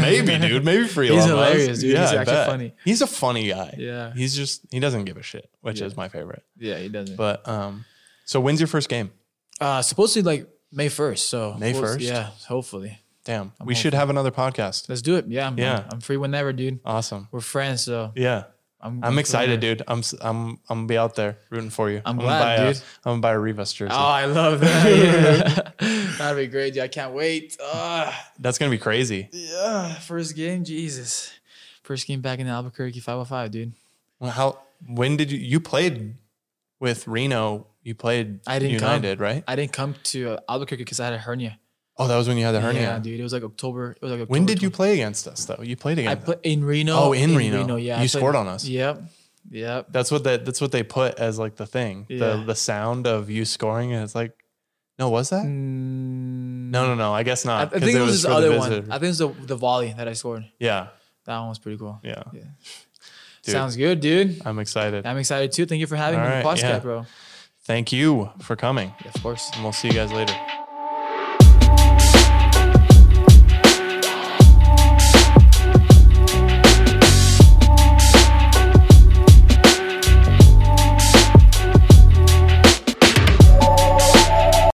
Speaker 2: maybe, dude, maybe for Elon
Speaker 1: He's
Speaker 2: Musk.
Speaker 1: hilarious, dude. He's
Speaker 2: I
Speaker 1: actually
Speaker 2: bet.
Speaker 1: funny.
Speaker 2: He's a funny guy.
Speaker 1: Yeah.
Speaker 2: He's just he doesn't give a shit, which
Speaker 1: Yeah.
Speaker 2: is my favorite.
Speaker 1: Yeah, he doesn't.
Speaker 2: But um, so when's your first game?
Speaker 1: Uh, supposedly like May first. So
Speaker 2: May
Speaker 1: we'll-
Speaker 2: 1st?
Speaker 1: Yeah, hopefully.
Speaker 2: Damn, we should have another podcast.
Speaker 1: Let's do it. Yeah, I'm,
Speaker 2: Yeah.
Speaker 1: I'm free whenever, dude.
Speaker 2: Awesome.
Speaker 1: We're friends, so
Speaker 2: Yeah,
Speaker 1: I'm.
Speaker 2: I'm excited, dude. I'm s- I'm I'm gonna be out there rooting for you.
Speaker 1: I'm
Speaker 2: gonna
Speaker 1: glad,
Speaker 2: buy a-
Speaker 1: dude.
Speaker 2: I'm gonna buy a Rivas jersey.
Speaker 1: Oh, I love that. [LAUGHS] Yeah. That'd be great, dude. I can't wait. Ah,
Speaker 2: That's gonna be crazy.
Speaker 1: yeah, first game, Jesus. First game back in Albuquerque, 505, dude.
Speaker 2: Well, How? When did you you played with Reno? You played
Speaker 1: I didn't come.
Speaker 2: United, right?
Speaker 1: I didn't come to uh, Albuquerque because I had a hernia.
Speaker 2: Oh, that was when you had the hernia.
Speaker 1: Yeah, dude. It was like October. It was like October
Speaker 2: When did you
Speaker 1: 20
Speaker 2: play against us though? You played
Speaker 1: I
Speaker 2: against.
Speaker 1: played in Reno.
Speaker 2: Oh, in Reno.
Speaker 1: Yeah,
Speaker 2: You scored on us.
Speaker 1: Yep. Yep.
Speaker 2: That's what that that's what they put as like the thing.
Speaker 1: Yeah.
Speaker 2: The the sound of you scoring and it's like no, was that?
Speaker 1: Mm,
Speaker 2: No, no, no. I guess
Speaker 1: I, I
Speaker 2: not. 'cause
Speaker 1: think it was, this
Speaker 2: for the
Speaker 1: other one. I
Speaker 2: visitor.
Speaker 1: think it was the, the volley that I scored.
Speaker 2: Yeah.
Speaker 1: That one was pretty cool.
Speaker 2: Yeah.
Speaker 1: Yeah.
Speaker 2: Dude.
Speaker 1: Sounds good, dude.
Speaker 2: I'm excited.
Speaker 1: I'm excited too. Thank you for having
Speaker 2: All
Speaker 1: me on the
Speaker 2: right,
Speaker 1: podcast,
Speaker 2: yeah.
Speaker 1: bro.
Speaker 2: Thank you for coming.
Speaker 1: Of course.
Speaker 2: And we'll see you guys later.